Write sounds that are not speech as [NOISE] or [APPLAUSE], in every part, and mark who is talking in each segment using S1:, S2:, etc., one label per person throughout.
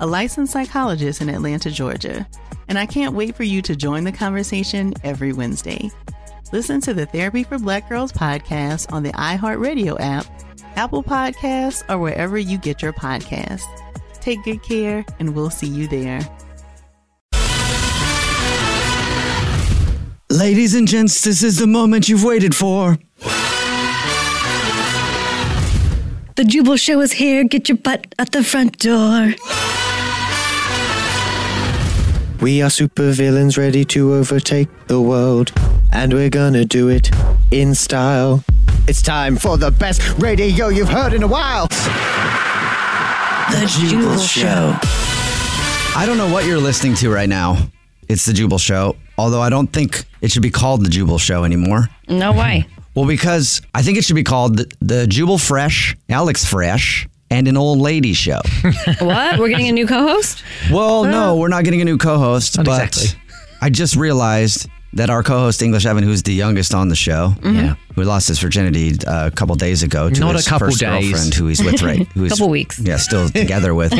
S1: a licensed psychologist in Atlanta, Georgia, and I can't wait for you to join the conversation every Wednesday. Listen to the Therapy for Black Girls podcast on the iHeartRadio app, Apple Podcasts, or wherever you get your podcasts. Take good care, and we'll see you there.
S2: Ladies and gents, this is the moment you've waited for.
S3: The Jubal Show is here. Get your butt at the front door.
S4: We are supervillains ready to overtake the world, and we're gonna do it in style. It's time for the best radio you've heard in a while.
S3: The Jubal Show.
S5: I don't know what you're listening to right now. It's the Jubal Show, although I don't think it should be called the Jubal Show anymore.
S6: No way.
S5: Well, because I think it should be called the, the Jubal Fresh, Alex Fresh, and an old lady show. [LAUGHS]
S6: what? We're getting a new co-host?
S5: Well, no, we're not getting a new co-host,
S7: Ah. Not
S5: but
S7: exactly.
S5: I just realized that our co-host English Evan, who's the youngest on the show,
S6: Yeah.
S5: who lost his virginity uh, a couple days ago to
S7: Mm-hmm. Not
S5: his
S7: a couple
S5: first
S7: days.
S5: girlfriend, who he's with right,
S7: [LAUGHS]
S5: who's
S6: Couple weeks.
S5: yeah, still together with,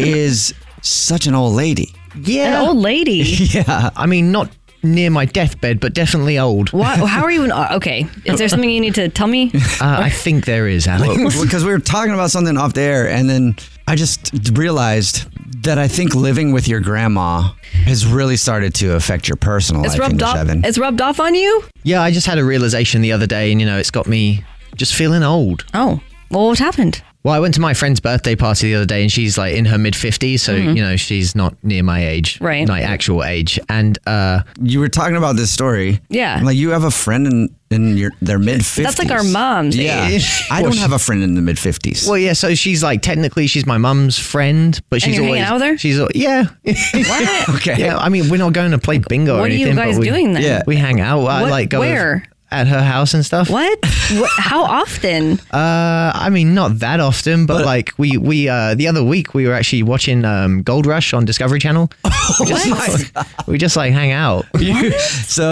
S5: is such an old lady.
S6: An
S7: [LAUGHS]
S6: old
S4: [LAUGHS]
S6: lady.
S7: Yeah, I mean, not near my deathbed, but definitely old.
S6: What? How are you? In, uh, okay. Is there something you need to tell me?
S7: Uh, I think there is, Alex.
S5: because we were talking about something off the air, and then I just realized that I think living with your grandma has really started to affect your personal
S6: It's
S5: life,
S6: rubbed
S5: English
S6: off.
S5: Evan.
S6: It's rubbed off on you.
S7: yeah, I just had a realization the other day, and you know, it's got me just feeling old.
S6: Oh. Well, what happened?
S7: Well, I went to my friend's birthday party the other day, and she's like in her mid 50s, so you know, she's not near my age,
S6: Mm-hmm. Right.
S7: My actual age, and uh,
S5: you were talking about this story.
S6: Yeah.
S5: I'm Like you have a friend in, in your their mid 50s.
S6: That's like our mom's
S5: Yeah.
S7: age.
S5: I don't have a friend in the mid 50s.
S7: well, yeah, so she's like technically she's my mum's friend, but
S6: And
S7: she's
S6: you're
S7: always
S6: hanging out with her?
S7: she's al- yeah,
S6: [LAUGHS] What?
S5: okay.
S7: yeah. I mean, we're not going to play bingo or
S6: what are
S7: anything.
S6: you
S7: but
S6: guys
S7: we-
S6: doing then?
S5: Yeah.
S7: We hang out. I
S6: What-
S7: like go
S6: where?
S7: at her house and stuff. [LAUGHS]
S6: What? what? How often?
S7: Uh, I mean, not that often, but, like we we uh, the other week we were actually watching um, Gold Rush on Discovery
S6: [LAUGHS]
S7: Channel. we, just, we just like hang out.
S5: So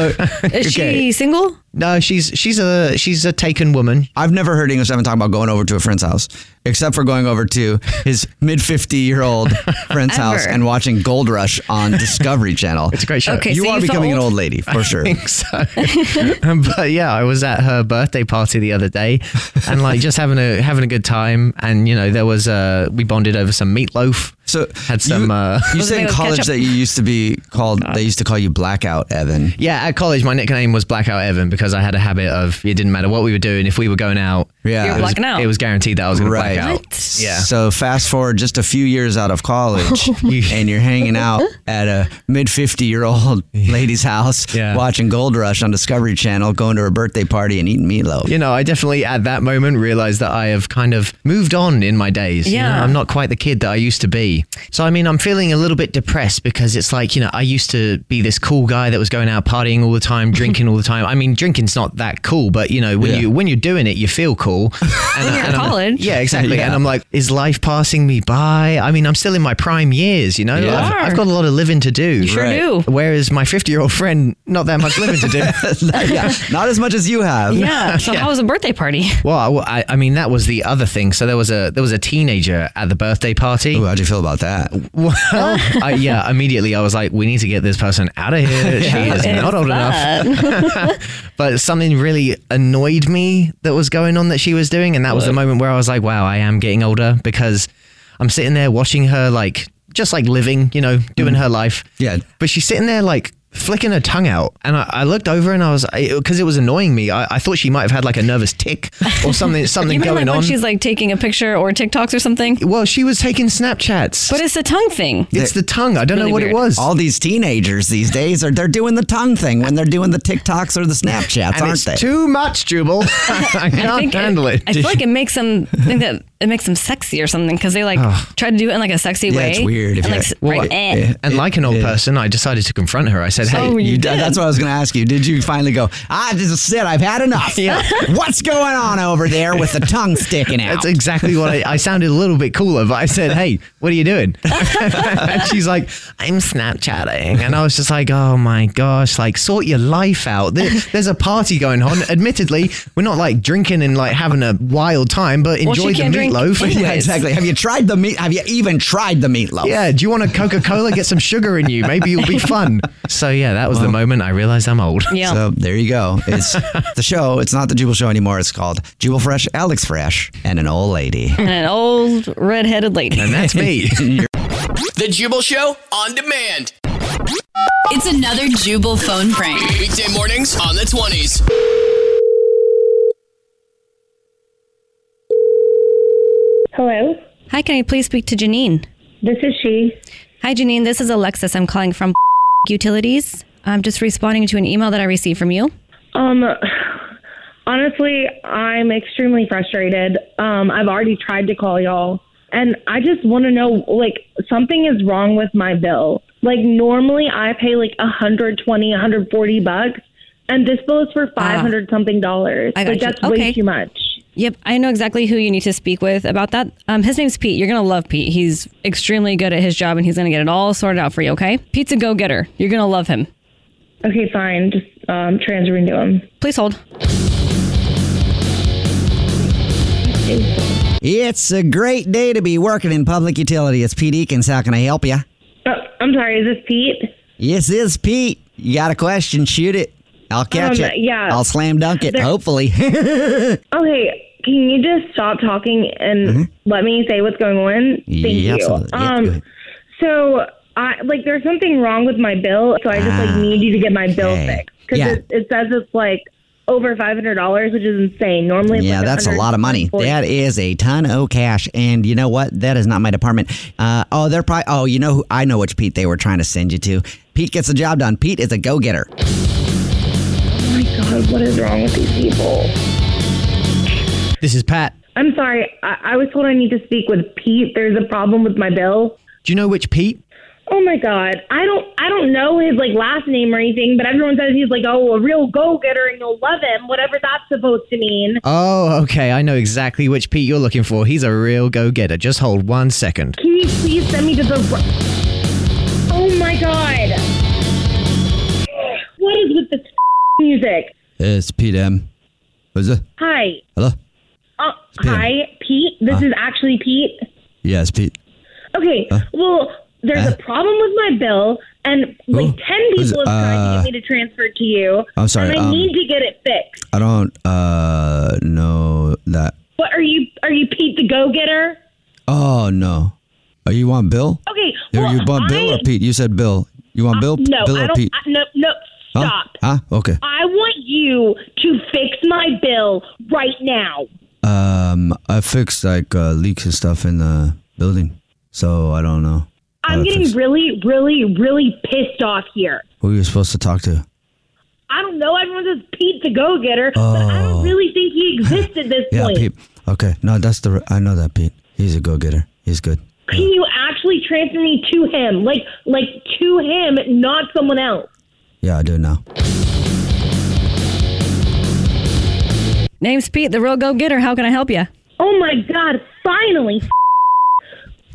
S6: Is
S5: okay.
S6: she single?
S7: No, she's she's a she's a taken woman.
S5: I've never heard English Evan talk about going over to a friend's house, except for going over to his mid 50 year
S6: [LAUGHS]
S5: old friend's house
S6: Ever.
S5: and watching Gold Rush on Discovery Channel.
S7: It's a great show.
S6: Okay.
S5: you
S6: so
S5: are
S6: you felt
S5: becoming an
S6: old?
S5: old lady for sure.
S6: [LAUGHS]
S7: So, [LAUGHS] but yeah, I was at her birthday party the other day, and like just having a having a good time. And you know, there was uh, we bonded over some meatloaf.
S5: So
S7: Had some, [LAUGHS]
S5: You,
S7: uh,
S5: you
S6: Was it
S5: said in
S6: made with
S5: college
S6: ketchup?
S5: that you used to be called. They used to call you Blackout Evan.
S7: Yeah, at college, my nickname was Blackout Evan because I had a habit of it didn't matter what we were doing if we were going out.
S5: Yeah.
S7: it
S5: You're
S7: was-
S6: blacking out.
S7: It was guaranteed that I was going to
S5: Right.
S7: black out.
S6: What? Oh
S7: Yeah.
S5: So fast forward just a few years out of
S6: [LAUGHS]
S5: college, and you're hanging out at a mid 50
S7: [LAUGHS]
S5: year old lady's house,
S7: Yeah.
S5: watching Gold Rush on Discovery Channel, going to her birthday party and eating meatloaf.
S7: you know, I definitely at that moment realized that I have kind of moved on in my days. you know?
S6: Yeah.
S7: I'm not quite the kid that I used to be. So, I mean, I'm feeling a little bit depressed because it's like, you know, I used to be this cool guy that was going out partying all the time, drinking all the time. I mean, drinking's not that cool, but you know, when
S5: Yeah.
S7: you when you're doing it, you feel cool.
S5: [LAUGHS]
S7: school. And
S6: When you're in
S7: and I'm-
S6: college.
S7: yeah, exactly.
S5: Yeah.
S7: And I'm like, is life passing me by? I mean, I'm still in my prime years, you know?
S5: Yeah.
S7: I've, I've got a lot of living to do.
S6: sure
S5: Right.
S6: do.
S7: Whereas my 50 year old friend, not that much living
S5: [LAUGHS]
S7: to do.
S5: yeah,
S7: [LAUGHS]
S5: not as much as you have. [LAUGHS]
S6: Yeah. So how was the birthday party?
S7: Well, I, I mean, that was the other thing. So there was a there was a teenager at the birthday party.
S5: Ooh, how'd you feel about that?
S7: Well, [LAUGHS] I, yeah, immediately I was like, we need to get this person out
S6: [LAUGHS]
S7: of
S5: [LAUGHS]
S7: here. [LAUGHS] She is not old [LAUGHS] enough. but something really annoyed me that was going on that she was doing. And that was the moment where I was like, wow, I am getting older because I'm sitting there watching her, like, just like living, you know, doing
S6: Mm.
S7: her life.
S5: Yeah.
S7: But she's sitting there, like, flicking her tongue out. And I, I looked over and I was, because it was annoying me. I, I thought she might have had like a nervous tick or
S6: [LAUGHS]
S7: something, something
S6: You mean
S7: going
S6: like when
S7: on.
S6: Oh she's like taking a picture or TikToks or something?
S7: well, she was taking Snapchats.
S6: But it's a tongue thing.
S7: it's the tongue. I don't
S6: really
S7: know what
S6: weird.
S7: it was.
S5: All these teenagers these days are they're doing the tongue thing when they're doing the TikToks or the Snapchats,
S7: and
S5: aren't
S7: it's
S5: they?
S7: too much,
S6: [LAUGHS]
S7: Jubal. [LAUGHS] I can't handle it.
S6: I feel like it makes them think that it makes them sexy or something because they
S7: [SIGHS]
S6: like try to do it in like a sexy
S5: Yeah,
S6: way.
S5: it's weird if
S6: And,
S5: you-
S6: like, s-
S7: Well,
S6: right, eh.
S7: and like an old person, I decided to confront her. I said, "Hey,
S6: you
S5: d- That's what I was going to ask you. Did you finally go? Ah, this is it. I've had
S6: [LAUGHS]
S5: enough. What's going on over there with the tongue sticking out?
S7: that's exactly what I, I sounded a little bit cooler." But I said, "Hey, what are you
S6: [LAUGHS]
S7: doing?" and she's like, "I'm Snapchatting," and I was just like, "Oh my gosh! Like, sort your life out. There, there's a party going on. Admittedly, we're not like drinking and like having a wild time, but
S6: Well, she
S7: enjoy the
S6: can't drink
S7: meatloaf. [LAUGHS]
S5: [LAUGHS] yeah, exactly. Have you tried the meat? Have you even tried the meatloaf?
S7: Yeah, do you want a Coca Cola? Get some sugar in you. Maybe you'll
S6: [LAUGHS]
S7: be fun. So yeah, that was the moment I realized I'm old.
S6: Yeah.
S5: So there you go.
S7: [LAUGHS]
S5: It's the show. It's not the Jubal Show anymore. It's called Jubal Fresh, Alex Fresh, and an old lady.
S6: and an old red-headed lady.
S7: And that's [LAUGHS] me.
S8: The Jubal Show on demand.
S9: It's another Jubal phone prank.
S8: Weekday mornings on the 20s.
S10: Hello,
S6: Hi, can I please speak to Janine?
S10: this is she.
S6: Hi, Janine. This is Alexis. I'm calling from [LAUGHS] Utilities. I'm just responding to an email that I received from you.
S10: Um, honestly, I'm extremely frustrated. Um, I've already tried to call y'all, and I just want to know like something is wrong with my bill. Like normally, I pay like 120, 140 bucks, and this bill is for 500 something dollars.
S6: I got
S10: Like
S6: you.
S10: that's
S6: Okay.
S10: way too much.
S6: Yep, I know exactly who you need to speak with about that. Um, his name's Pete. You're gonna love Pete. He's extremely good at his job, and he's gonna get it all sorted out for you. Okay, Pete's a go-getter. You're gonna love him.
S10: Okay, fine. Just um, transferring to him.
S6: Please hold.
S5: It's a great day to be working in public utility. It's Pete Eakins. How can I help you?
S10: Oh, I'm sorry. Is this Pete?
S5: Yes, it's Pete. You got a question? Shoot it. I'll catch
S10: Um,
S5: it.
S10: yeah.
S5: I'll slam dunk it. Hopefully. [LAUGHS]
S10: Okay, can you just stop talking and let me say what's going on? Thank
S5: Yeah,
S10: you.
S5: absolutely. Yeah,
S10: um,
S5: go ahead.
S10: so I like there's something wrong with my bill, so I just like
S5: Ah,
S10: need you to get my bill
S5: okay.
S10: fixed because
S5: Yeah.
S10: it, it says it's like over five hundred dollars, which is insane. Normally, it's,
S5: yeah,
S10: like,
S5: that's a lot of money.
S10: 140.
S5: That is a ton of cash. And you know what? That is not my department. Uh, oh, they're probably. Oh, you know who? I know which Pete they were trying to send you to. Pete gets the job done. Pete is a go getter.
S10: oh my god, what is wrong with these people?
S7: this is Pat.
S10: I'm sorry. I, I was told I need to speak with Pete. There's a problem with my bill.
S7: Do you know which Pete?
S10: Oh my god. I don't I don't know his like last name or anything, but everyone says he's like, oh, a real go getter and you'll love him, whatever that's supposed to mean.
S7: [LAUGHS] Oh, okay. I know exactly which Pete you're looking for. He's a real go getter. Just hold one second.
S10: Can you please send me to the r- Oh my god. What is with this music?
S5: It's Pete M. Who's it?
S10: Hi.
S5: Hello?
S10: Uh,
S5: Pete.
S10: hi, Pete. This
S5: Uh.
S10: is actually Pete.
S5: Yeah, it's Pete.
S10: Okay.
S5: Uh.
S10: Well, there's
S5: Huh?
S10: a problem with my bill and like
S5: Who?
S10: 10
S5: Who's-
S10: people have tried
S5: uh,
S10: to get me to transfer to you.
S5: I'm sorry,
S10: And I
S5: um,
S10: need to get it fixed.
S5: I don't uh know that.
S10: What are you are you Pete the go getter?
S5: Oh no. Are you on Bill?
S10: Okay.
S5: You-
S10: well,
S5: you want Bill
S10: I,
S5: or Pete? You said Bill. You want Bill?
S10: No,
S5: Bill
S10: I
S5: or
S10: don't.
S5: Pete?
S10: I, no, no,
S5: Huh?
S10: stop.
S5: Huh? Okay.
S10: I want you to fix my bill right now.
S5: Um, I fixed like uh, leaks and stuff in the building, so I don't know. how
S10: I'm
S5: to
S10: getting
S5: fix-
S10: really, really, really pissed off here.
S5: Who you supposed to talk to?
S10: I don't know. Everyone says Pete the go getter, but I
S5: Oh.
S10: don't really think he exists at this
S5: [LAUGHS] Yeah,
S10: point.
S5: Pete. Okay, no, that's the. I know that Pete. He's a go-getter. He's good.
S10: Can you actually transfer me to him, like, like to him, not someone else?
S5: Yeah, I do now.
S6: Name's Pete, the real go getter. How can I help you?
S10: Oh my God, finally. [LAUGHS]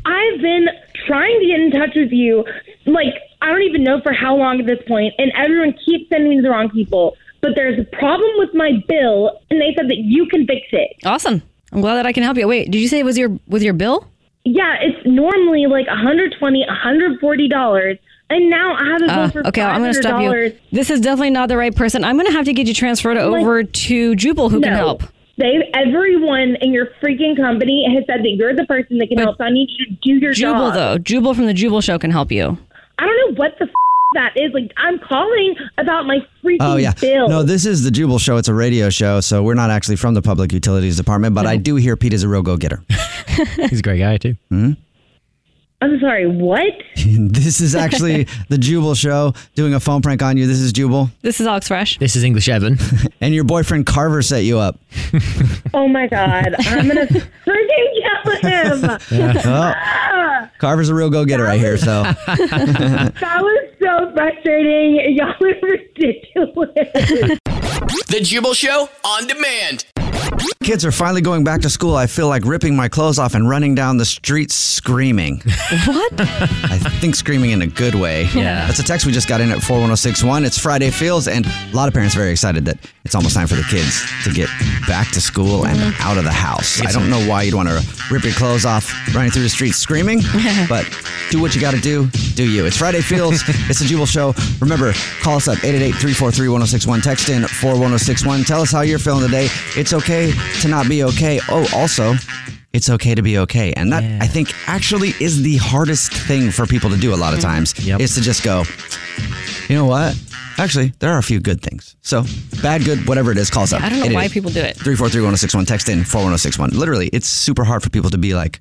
S10: I've been trying to get in touch with you, like, I don't even know for how long at this point, and everyone keeps sending me the wrong people. But there's a problem with my bill, and they said that you can fix it.
S6: Awesome. I'm glad that I can help you. Wait, did you say it was your with your bill?
S10: Yeah, it's normally like 120 $140, and now I have a bill
S6: Uh,
S10: for
S6: okay, I'm going to stop
S10: $500.
S6: you. This is definitely not the right person. I'm going to have to get you transferred
S10: Like-
S6: over to Jubal, who can
S10: No.
S6: help.
S10: They, everyone in your freaking company has said that you're the person that can help. So I need you to do your
S6: Jubal,
S10: job.
S6: though. Jubal from the Jubal Show can help you.
S10: I don't know what the f- that is. Like, I'm calling about my freaking
S5: Oh yeah.
S10: bill.
S5: No, this is the Jubal Show. It's a radio show, so we're not actually from the Public Utilities Department, but I do hear Pete is a real go-getter. [LAUGHS] He's a great guy too.
S10: I'm sorry, what?
S5: [LAUGHS] this
S10: [LAUGHS]
S5: is actually the Jubal Show doing a phone prank on you. This is Jubal.
S6: This is Alex Fresh.
S5: This is English Evan. [LAUGHS] and your boyfriend Carver set you up.
S10: Oh my
S5: [LAUGHS]
S10: god, I'm gonna freaking yell at him.
S5: Yeah. Oh. Carver's a real go-getter, I hear. So.
S10: that was so frustrating. Y'all are [LAUGHS] ridiculous.
S8: The Jubal Show on demand.
S5: [LAUGHS] Kids are finally going back to school. I feel like ripping my clothes off and running down the street screaming.
S6: What?
S5: I think screaming in a good way.
S6: Yeah.
S5: That's a text we just got in at 41061. It's Friday Feels, and a lot of parents are very excited that it's almost time for the kids to get back to school and
S6: Mm-hmm.
S5: out of the house. I don't know why you'd want to rip your clothes off running through the streets
S6: [LAUGHS]
S5: screaming, but do what you got to do. Do you. It's Friday
S6: [LAUGHS]
S5: Feels. it's the Jubal Show. Remember, call us up 888-343-1061. Text in 41061. Tell us how you're feeling today. It's okay to not be okay. Oh, also, it's okay to be okay. And that I think actually is the hardest thing for people to do a
S6: Mm-hmm.
S5: lot of times is to just go, you know what? Actually, there are a few good things. So bad, good, whatever it is, calls up.
S6: I don't know why people do it.
S5: 343-1061. Text in 41061. Literally, it's super hard for people to be like,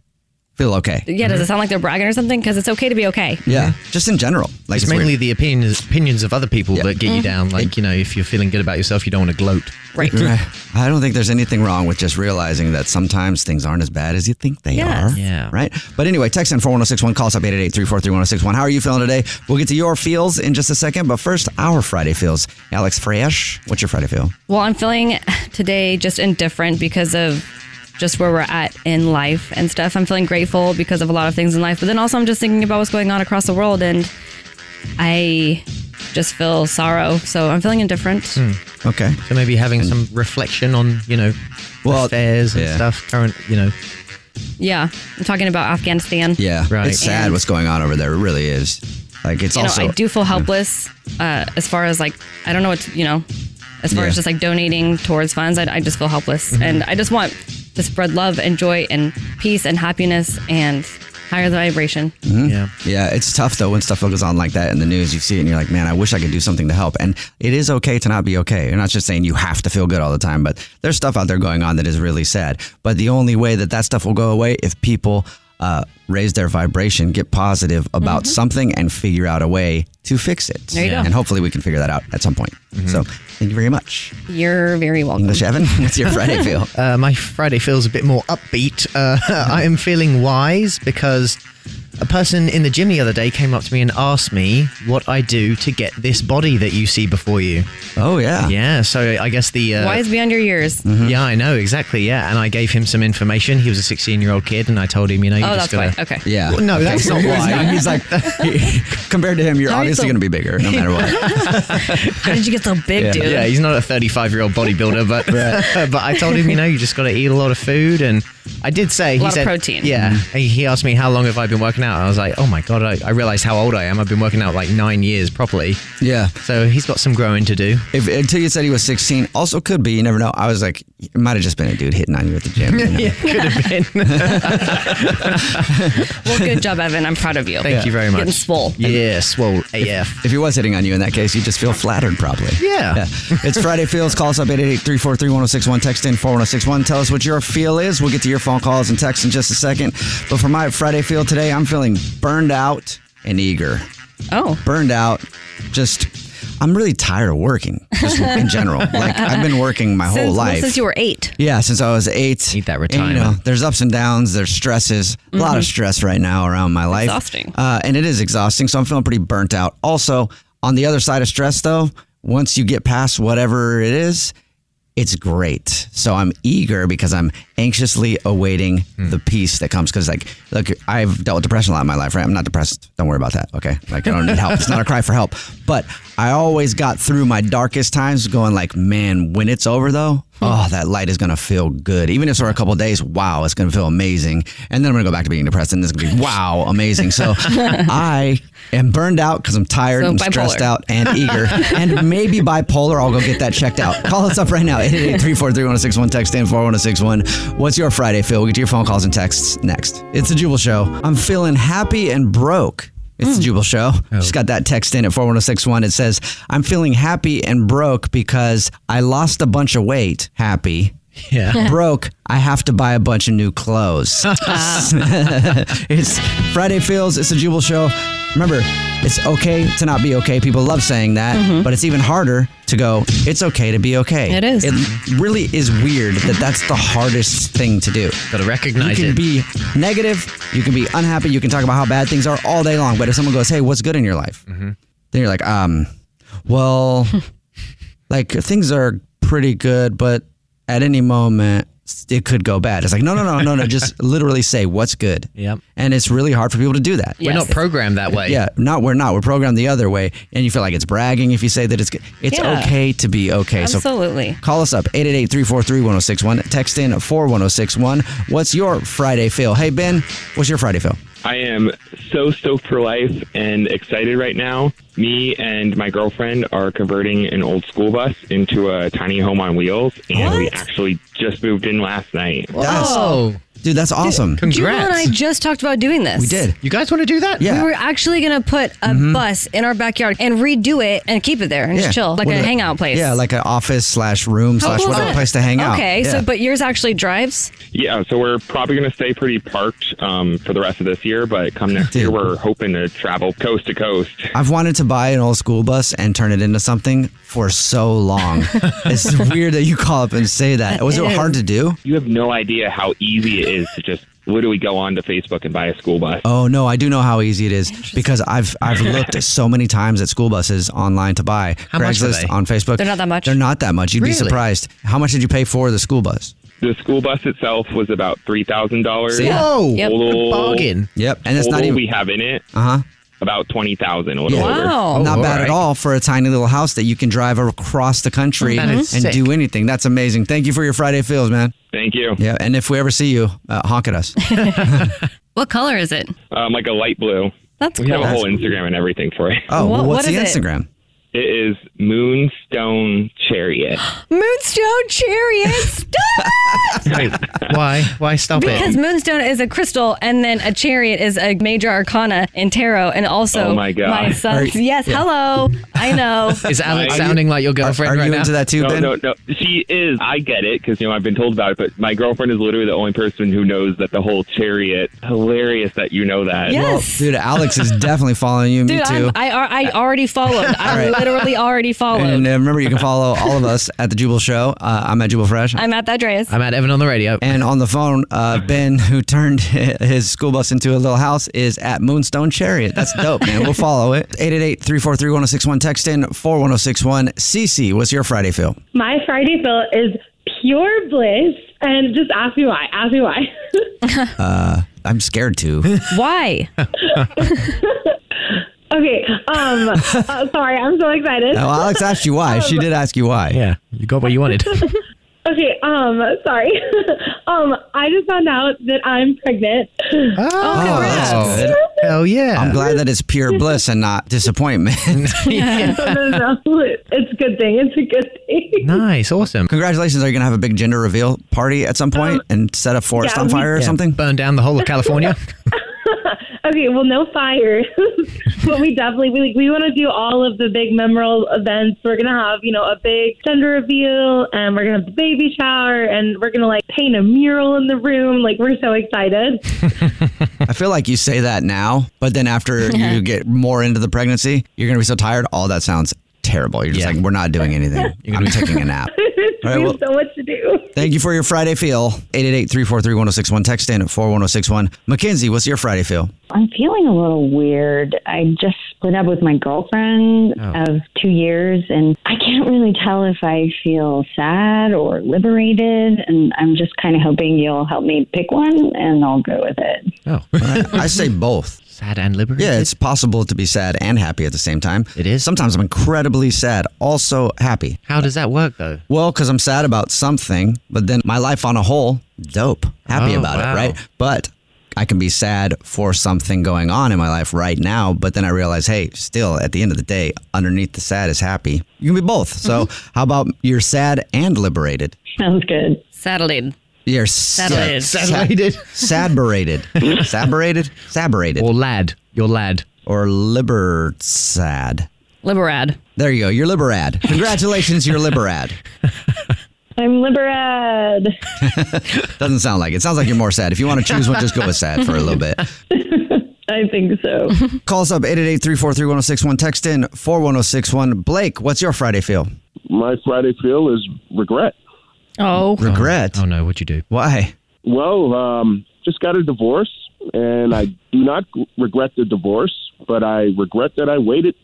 S5: feel okay.
S6: Yeah, does it sound like they're bragging or something? Because it's okay to be okay.
S5: Yeah. Just in general. Like
S7: it's,
S5: it's
S7: mainly
S5: weird.
S7: the opinions opinions of other people that get you
S5: Mm.
S6: Mhm.
S7: down. Like you know, if you're feeling good about yourself, you don't want to gloat.
S5: [LAUGHS]
S6: Right.
S5: I don't think there's anything wrong with just realizing that sometimes things aren't as bad as you think they
S6: Yes.
S5: are. Yeah. Right? But anyway, text in 41061, call us up 888-343-1061. How are you feeling today? We'll get to your feels in just a second, but first, our Friday feels. Alex Fresh, what's your Friday feel?
S6: Well, I'm feeling today just indifferent because of just where we're at in life and stuff. I'm feeling grateful because of a lot of things in life, but then also I'm just thinking about what's going on across the world and I just feel sorrow. So I'm feeling indifferent.
S5: Hmm. Okay.
S7: hmm. So maybe having some reflection on you know affairs and stuff. Current you know.
S6: Yeah. I'm talking about Afghanistan.
S5: Yeah.
S7: Right.
S5: It's sad
S6: And-
S5: what's going on over there. It really is. Like it's
S6: you
S5: also
S6: know, I do feel helpless uh, as far as like, I don't know what, to- you know, as far
S5: Yeah. Mm-hmm.
S6: as just like donating towards funds, I, I just feel helpless. And I just want to spread love and joy and peace and happiness and higher the vibration.
S5: Mhm. Yeah. it's tough though when stuff goes on like that in the news. You see it and you're like, man, I wish I could do something to help. And it is okay to not be okay. You're not just saying you have to feel good all the time, but there's stuff out there going on that is really sad. But the only way that that stuff will go away if people uh, raise their vibration, get positive about something, and figure out a way to fix it.
S6: Mm-hmm. There you go.
S5: And hopefully we can figure that out at some point. So thank you very much.
S6: You're very welcome.
S5: English Evan, [LAUGHS] what's your Friday feel?
S7: [LAUGHS] Uh, my Friday feels a bit more upbeat. Uh, [LAUGHS] I am feeling wise because a person in the gym the other day came up to me and asked me what I do to get this body that you see before you.
S5: Oh yeah, Mm-hmm.
S7: yeah. So I guess the uh,
S6: Wise beyond your years.
S7: Yeah, I know exactly. Yeah, and I gave him some information. He was a 16-year-old kid, and I told him, you know, you
S6: Oh,
S7: just
S6: that's
S7: gotta-
S6: why. Okay.
S5: Yeah.
S7: Well, no,
S5: Okay.
S7: that's not
S5: He was
S7: why.
S5: young. [LAUGHS] He's like, [LAUGHS] compared to him, you're
S7: How are you
S5: obviously
S7: so-
S5: going to be bigger no matter what.
S6: [LAUGHS]
S5: [LAUGHS]
S7: [LAUGHS]
S6: How did you get so big,
S7: yeah.
S6: dude?
S7: Yeah,
S6: [LAUGHS]
S7: he's not a 35 year old bodybuilder,
S5: [LAUGHS]
S7: but uh, but I told him, you know, you just got to eat a lot of food, and I did say
S6: A
S7: he
S6: lot of
S7: said
S6: protein.
S7: Yeah,
S5: Mm-hmm.
S7: he he asked me how long have I been working out. I was like, oh my god, I, I realized how old I am. I've been working out like nine years properly.
S5: Yeah.
S7: So he's got some growing to do.
S5: If, until you said he was 16, also could be. You never know. I was like, it might have just been a dude hitting on you at the gym.
S6: [LAUGHS]
S5: you know? [LAUGHS]
S7: yeah, could have been.
S6: Well, good job, Evan. I'm proud of you.
S5: Thank you very much.
S6: Getting swole.
S7: Yeah, swole
S5: AF. [LAUGHS] If he was hitting on you in that case, you just feel flattered probably.
S6: Yeah.
S5: It's Friday Feels. Call us up 888-343-1061. Text in 41061. Tell us what your feel is. We'll get to your phone calls and texts in just a second. But for my Friday feel today, I'm feeling burned out and eager.
S6: Oh.
S5: Burned out. Just, I'm really tired of working just in
S6: [LAUGHS]
S5: general. Like I've been working my
S6: Since-
S5: whole
S6: well,
S5: life.
S6: since you were eight.
S5: Yeah, since I was eight. Eat that
S7: retirement.
S5: there's ups and downs. There's stresses. A lot of
S7: Mhm.
S5: stress right now around my life.
S7: exhausting.
S5: Uh, and it is exhausting. So I'm feeling pretty burnt out. Also, on the other side of stress, though, once you get past whatever it is, It's great. So I'm eager because I'm anxiously awaiting the peace that comes. Because, like, look, I've dealt with depression a lot in my life, right? I'm not depressed. Don't worry about that. Okay. Like, I don't need help. It's not a cry for help. But I always got through my darkest times going, like, man, when it's over, though,
S6: Hmm.
S5: oh, that light is going to feel good. Even if it's for a couple of days, wow, it's going to feel amazing. And then I'm going to go back to being depressed and it's
S6: [LAUGHS]
S5: going to be, wow, amazing. So I am burned out because I'm tired,
S6: So
S5: I'm stressed
S6: bipolar.
S5: out and
S6: [LAUGHS]
S5: eager. and maybe bipolar, I'll go get that checked out. Call us up right now, 888-343-1061, text in 41061. What's your Friday feel? We'll get to your phone calls and texts next. It's the Jubal Show. I'm feeling happy and broke. It's the Jubal Show. Just got that text in at 41061. It says, I'm feeling happy and broke because I lost a bunch of weight. Happy.
S7: Yeah.
S5: broke. I have to buy a bunch of new [LAUGHS] clothes. it's Friday feels. It's a Jubal show. Remember, it's okay to not be okay. People love saying that, but it's even harder to go. It's okay to be okay. Mm-hmm. It is. It really is weird that that's the hardest thing to do. Got to recognize you can
S7: it.
S5: Be negative. You can be unhappy. You can talk about how bad things are all day long. But if someone goes, "Hey, what's good in your life?"
S7: Mm-hmm.
S5: then you're like, um,
S7: [LAUGHS]
S5: well, like things are pretty good, but at any moment it could go bad. It's like, no, no, no, no,
S7: [LAUGHS]
S5: no. Just literally say what's good. Yep. And it's really hard for people to do that.
S7: We're not programmed that way.
S5: Yeah, not we're not. We're programmed the other way, and you feel like it's bragging if you say that it's good. It's
S6: Yeah.
S5: okay to be okay.
S6: Absolutely.
S5: So call us up 888-343-1061. Text in 41061. What's your Friday feel? Hey Ben, what's your Friday feel?
S11: I am so stoked for life and excited right now. Me and my girlfriend are converting an old school bus into a tiny home on wheels, and we actually just moved in last night.
S7: Oh.
S5: That's- dude, that's awesome.
S6: Jubal and I just talked about doing this.
S5: We did.
S7: You guys want to do that?
S6: We were actually going to put a bus in our backyard and redo it and keep it there and
S5: Mm-hmm. Yeah.
S6: just chill, like
S5: What
S6: a
S5: is it?
S6: hangout place.
S5: Yeah, like an office slash room
S6: How
S5: slash
S6: cool is
S5: whatever
S6: that?
S5: place to hang out.
S6: Okay, so but yours actually drives?
S11: Yeah, so we're probably going to stay pretty parked um, for the rest of this year, but come next year, we're hoping to travel coast to coast.
S5: I've wanted to buy an old school bus and turn it into something for so
S6: [LAUGHS]
S5: long. it's weird that you call up and say that. Was it,
S11: It is.
S5: hard to do?
S11: You have no idea how easy it is to just literally go on to Facebook and buy a school bus.
S5: Oh no, I do know how easy it is because I've I've looked so many times at school buses online to buy.
S11: How much are
S5: Craigslist
S11: they?
S5: on Facebook. They're not that much. They're not that much. You'd be
S11: Really?
S5: surprised. How much did you pay for the school bus?
S11: The school bus itself was about three thousand dollars.
S5: See? Whoa, Yep.
S11: total,
S5: good bargain. Yep, and it's not
S11: total
S5: even-
S11: we have in it
S5: Uh huh.
S11: about twenty thousand. A little over.
S5: Not bad at all for a tiny little house that you can drive across the country
S11: That
S5: and
S11: is sick.
S5: do anything. That's amazing. Thank you for your Friday feels, man.
S11: Thank you.
S5: Yeah, and if we ever see you, uh, honk
S11: [LAUGHS]
S5: at us.
S6: What color is it?
S11: Um, like a light blue.
S6: That's
S11: we have a
S5: cool.
S11: whole Instagram and everything for it.
S5: Oh, well, What- what's what the is it? Instagram?
S11: It is Moonstone
S5: [GASPS]
S11: Chariot.
S5: [LAUGHS]
S6: Moonstone Chariot. Stop
S7: Wait, why? Why stop
S6: Because
S7: it?
S6: Moonstone is a crystal, and then a chariot is a major arcana in tarot, and also
S7: Oh my God.
S6: son's.
S7: Are-
S6: yes,
S7: yeah.
S6: hello.
S5: [LAUGHS]
S6: I know.
S7: Is Alex
S11: Are you-
S7: sounding like your girlfriend right now?
S11: no, No, no, She is. I get it because you know I've been told about it, but my girlfriend is literally the only person who knows that the whole chariot. Hilarious that you know that.
S5: Well, dude, Alex is definitely following you.
S6: Dude,
S5: me
S6: I'm,
S5: too.
S6: I, ar- I
S5: [LAUGHS]
S6: already followed. I
S5: right.
S6: literally already followed.
S5: and uh, remember, you can follow all of us at the Jubal Show. Uh, I'm at Jubal Fresh.
S6: I'm at that dress.
S5: I'm at Evan on the radio. And on the phone, [LAUGHS] uh, Ben, who turned [LAUGHS] his school bus into a little house, is at Moonstone Chariot. That's dope, man. We'll follow [LAUGHS] it. 888-343-1061. Text in 41061. Cece, what's your Friday feel?
S10: My Friday feel is pure bliss, and just ask me why. Ask me why.
S5: [LAUGHS] Uh, I'm scared [LAUGHS] to.
S6: Why?
S10: [LAUGHS] Okay. Um. uh, sorry, I'm so excited.
S5: Now, Alex asked you why. She did ask you why. Yeah, you got what you wanted.
S10: Okay, um, sorry. [LAUGHS] um, I just found out that I'm pregnant.
S5: Ah.
S10: [LAUGHS] Oh,
S5: [LAUGHS] Hell yeah. I'm glad that it's pure bliss and not disappointment.
S10: [LAUGHS] no, no, no. It's a good thing. It's a good thing.
S5: [LAUGHS] Nice, awesome. Congratulations. Are you going to have a big gender reveal party at some point and set a forest
S10: yeah,
S5: on
S10: we-
S5: fire or
S10: Yeah,
S5: something? Burn down the whole of California.
S10: Okay, well, no fire, [LAUGHS] but we definitely we like, we want to do all of the big memorable events. We're gonna have you know a big gender reveal, and we're gonna have the baby shower, and we're gonna like paint a mural in the room. Like we're so excited. [LAUGHS]
S5: I feel like you say that now, but then after you get more into the pregnancy, you're going to be so tired. All that sounds terrible. You're just like, we're not doing anything. I'm taking a nap. All right,
S10: we
S5: well,
S10: have so much to do.
S5: Thank you for your Friday feel. 888-343-1061. Text in at 41061. Mackenzie, what's your Friday feel?
S12: I'm feeling a little weird. I just split up with my girlfriend of two years, and I can't really tell if I feel sad or liberated. And I'm just kind of hoping you'll help me pick one, and I'll go with it.
S5: [LAUGHS] Oh. I, I say both.
S7: Sad and liberated?
S5: Yeah, it's possible to be sad and happy at the same time. It is. Sometimes I'm incredibly sad, also happy.
S7: How does that work, though?
S5: Well, because I'm sad about something, but then my life on a whole, dope. Happy
S7: Oh,
S5: about
S7: wow.
S5: it, right? But I can be sad for something going on in my life right now, but then I realize, hey, still at the end of the day, underneath the sad is happy. You can be both. So,
S7: Mm-hmm.
S5: how about you're sad and liberated?
S12: Sounds good.
S6: Saddled.
S5: You're sad,
S6: Satilated.
S5: Sad,
S7: [LAUGHS]
S5: saberated. saberated? Saberated. Or
S7: lad. You're lad.
S5: Or liber sad.
S6: Liberad.
S5: There you go. You're
S7: [LAUGHS]
S5: liberad. Congratulations, you're liberad.
S12: I'm liberad.
S5: Doesn't sound like it. Sounds like you're more sad. If you want to choose one, just go with sad for a little bit.
S12: I think
S5: [LAUGHS]
S12: so.
S5: Call us up 888-343-1061. Text in 41061. Blake, what's your Friday feel?
S13: My Friday feel is regret.
S6: Oh.
S5: Regret?
S7: Oh, no. What'd you do?
S5: Why?
S13: Well, um, just got a divorce, and I do not g- regret the divorce, but I regret that I waited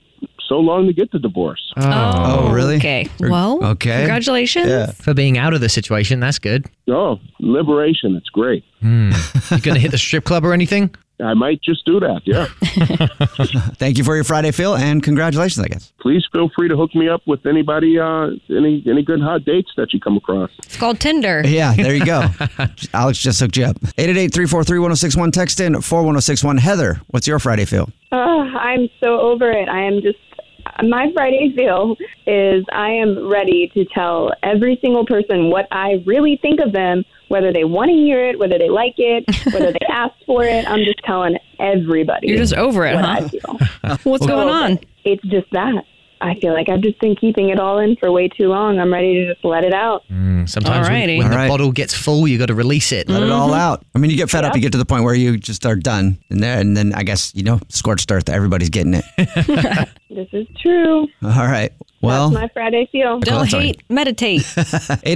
S13: so long to get the divorce.
S6: Oh, really? Okay. Well,
S5: Oh,
S13: okay.
S6: congratulations.
S7: For being out of the situation, that's good. Hmm.
S13: Oh, liberation. It's great.
S7: You going to hit the strip club or anything?
S13: I might just do that, Uh, yeah.
S5: Thank you for your Friday feel and congratulations, I guess.
S13: Please feel free to hook me up with anybody, uh, any any good hot dates that you come across.
S6: It's called Tinder.
S5: [LAUGHS] Yeah, there
S7: [LAUGHS]
S5: you go. Alex just hooked you up. 888-343-1061. Text in 41061. Heather, what's your Friday feel?
S14: Uh, I'm so over it. I am just. My [LAUGHS] Friday feel is I am ready to tell every single person what I really think of them, whether they want to hear it, whether they like it, whether they ask for it. I'm just telling everybody.
S6: You're just over it,
S14: what I
S6: huh?
S14: feel.
S6: [LAUGHS] What's
S14: So
S6: going on?
S14: It's just that. I feel like I've just been keeping it all in for way too long. I'm ready to just let it out.
S7: Mm, sometimes when-
S14: Alrighty.
S7: when, the
S5: Alright.
S7: bottle gets full, you got to release it. Mm-hmm.
S5: Let it all out. I mean, you get fed up. You get to the point where you just are done, and there, and then I guess you know, scorched earth. Everybody's getting
S7: [LAUGHS]
S5: it.
S14: [LAUGHS] This is true.
S5: all right. Well,
S14: My Friday feel.
S5: Don't Sorry. hate,
S6: meditate.
S5: [LAUGHS]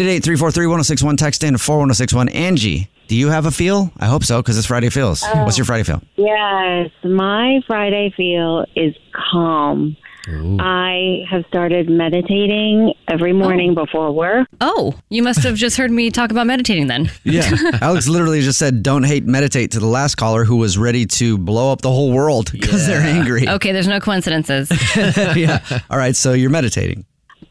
S5: 888-343-1061. Text in four oh one zero six one. Angie, do you have a feel? I hope so, because it's Friday feels.
S15: Oh.
S5: What's your Friday feel?
S15: Yes, my Friday feel is calm. I have started meditating every morning before work.
S6: Oh, you must have just heard me talk about meditating then. [LAUGHS]
S5: Yeah. [LAUGHS] Alex literally just said, "Don't hate, meditate." To the last caller who was ready to blow up the whole world because they're angry.
S6: Okay, there's
S5: [LAUGHS]
S6: no coincidences.
S5: yeah. All right. So you're meditating.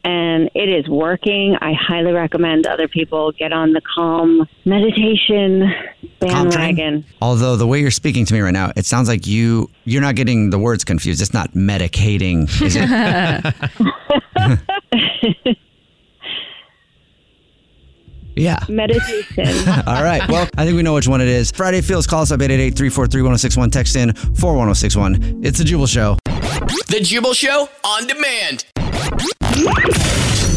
S15: and it is working. I highly recommend other people get on the calm meditation bandwagon.
S5: Although the way you're speaking to me right now, it sounds like you you're not getting the words confused. It's not medicating, is
S10: [LAUGHS]
S5: it? yeah. [LAUGHS]
S14: Meditation.
S5: All right. Well, I think we know which one it is. Friday Feels. Call us up 888-343-1061. Text in 41061. It's the Jubal Show.
S8: The Jubal Show on demand.